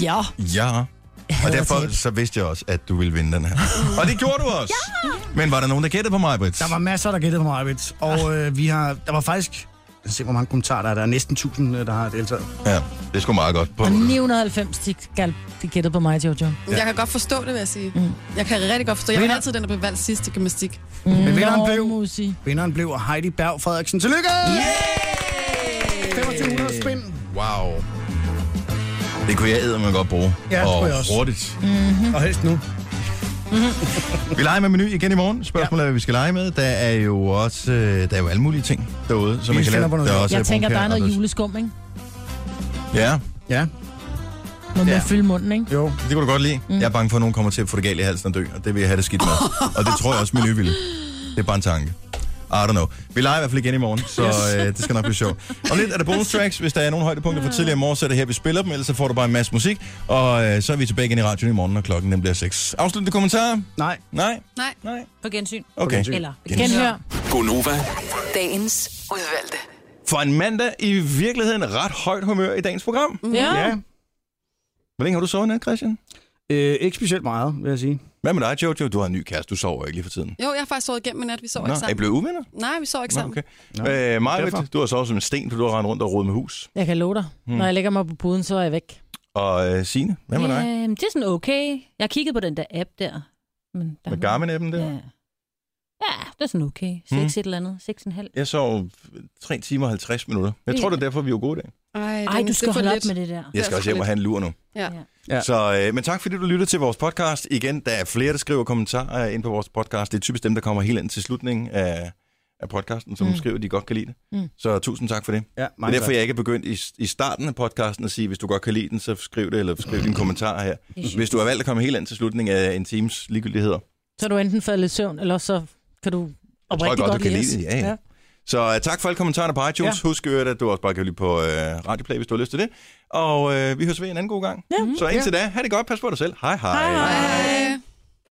Ja. Ja. Og derfor så vidste jeg også, at du ville vinde den her. Og det gjorde du også. Men var der nogen, der gættede på mig, Britt? Der var masser, der gættede på Majbrit. Og Ah. øh, vi har, der var faktisk... Lad os se, hvor mange kommentarer der er. Der er næsten 1000, øh, der har deltaget. Ja, det er sgu meget godt. På. øh, Og 990, de, gal- de gættede på mig, Jojo. Ja. Jeg kan godt forstå det, vil jeg sige. Mm. Jeg kan rigtig godt forstå. Jeg var altid den, der blev valgt sidst til gymnastik. Mm, Men vinderen blev- Musi. Vinderen blev Heidi Berg Frederiksen. Tillykke! Yeah! 2500 spin. Wow. Det kunne jeg eddermame godt bruge. Ja, det og tror jeg også. hurtigt. Og helst nu. Mm-hmm. Vi leger med menu igen i morgen. Spørgsmålet er, hvad vi skal lege med. Der er jo også øh, der er jo alle mulige ting derude, som Vi man kan finder på lave. noget. Der er også Jeg tænker, der er brunkager, noget og juleskum, ikke? Ja, Ja, Må man Ja. fylde munden, ikke? jo. det kunne du godt lide. Mm. Jeg er bange for, at nogen kommer til at få det galt i halsen og dø, og det vil jeg have det skidt med. og det tror jeg også, menu ville. Det er bare en tanke. I don't know. Vi leger i hvert fald igen i morgen, så øh, det skal nok blive sjovt. Om lidt er der bonus tracks. Hvis der er nogle højdepunkter Mm. fra tidligere i morgen, så er det her, vi spiller dem. Ellers så får du bare en masse musik. Og øh, så er vi tilbage igen i radioen i morgen, når klokken den bliver 6. Afsluttende kommentarer? Nej. Nej? Nej. Nej. På gensyn. Okay. Eller Genhør. Gonova. Dagens udvalgte. For en mandag i virkeligheden ret højt humør i dagens program. Mm. Ja. Ja. Hvor længe har du sovet nat, Christian? Øh, ikke specielt meget, vil jeg sige. Hvad med dig, Jojo? Du har en ny kæreste. Du sover ikke lige for tiden. Jo, jeg har faktisk sovet igennem i nat. Vi sover Nå, ikke er I sammen. blevet uvenner? Nej, vi sover ikke Nå, sammen. okay. Øh, Marvitt, derfor. du har sovet som en sten, for du har rendt rundt og rodet med hus. Jeg kan love dig. Når jeg lægger mig på puden, så er jeg væk. Og øh, Signe, Hmm. hvad med dig? Øhm, det er sådan okay. Jeg har kigget på den der app der. Men der Med Garmin-appen der? Ja. ja, det er sådan okay. 6 et eller andet. 6,5. Jeg sov 3 timer og 50 minutter. Jeg tror, det er derfor, vi er gode i dag. Ej, Ej, du skal holde op med det der. Jeg skal også hjem og have en lur nu. Ja. Ja. Så, øh, men tak fordi du lytter til vores podcast. Igen, der er flere, der skriver kommentarer øh, ind på vores podcast. Det er typisk dem, der kommer helt ind til slutningen af, af podcasten, som mm. Mm. skriver, at de godt kan lide det. Mm. Mm. Så tusind tak for det. Ja, Det er derfor, jeg ikke er begyndt i, i starten af podcasten at sige, hvis du godt kan lide den, så skriv det, eller skriv din kommentar her. Hvis du har valgt at komme helt ind til slutningen af en times ligegyldigheder, Så er du enten faldet i søvn, eller så kan du oprigtigt godt, godt, du kan os. lide det, ja, ja. Så uh, tak for alle kommentarerne på iTunes. Ja. Ja. Husk øh, at du også bare kan lytte på uh, Radioplay, hvis du har lyst til det. Og uh, vi høres ved en anden god gang. Ja. Så indtil da, ha' det godt. Pas på dig selv. Hej hej. Hej, hej. Hej.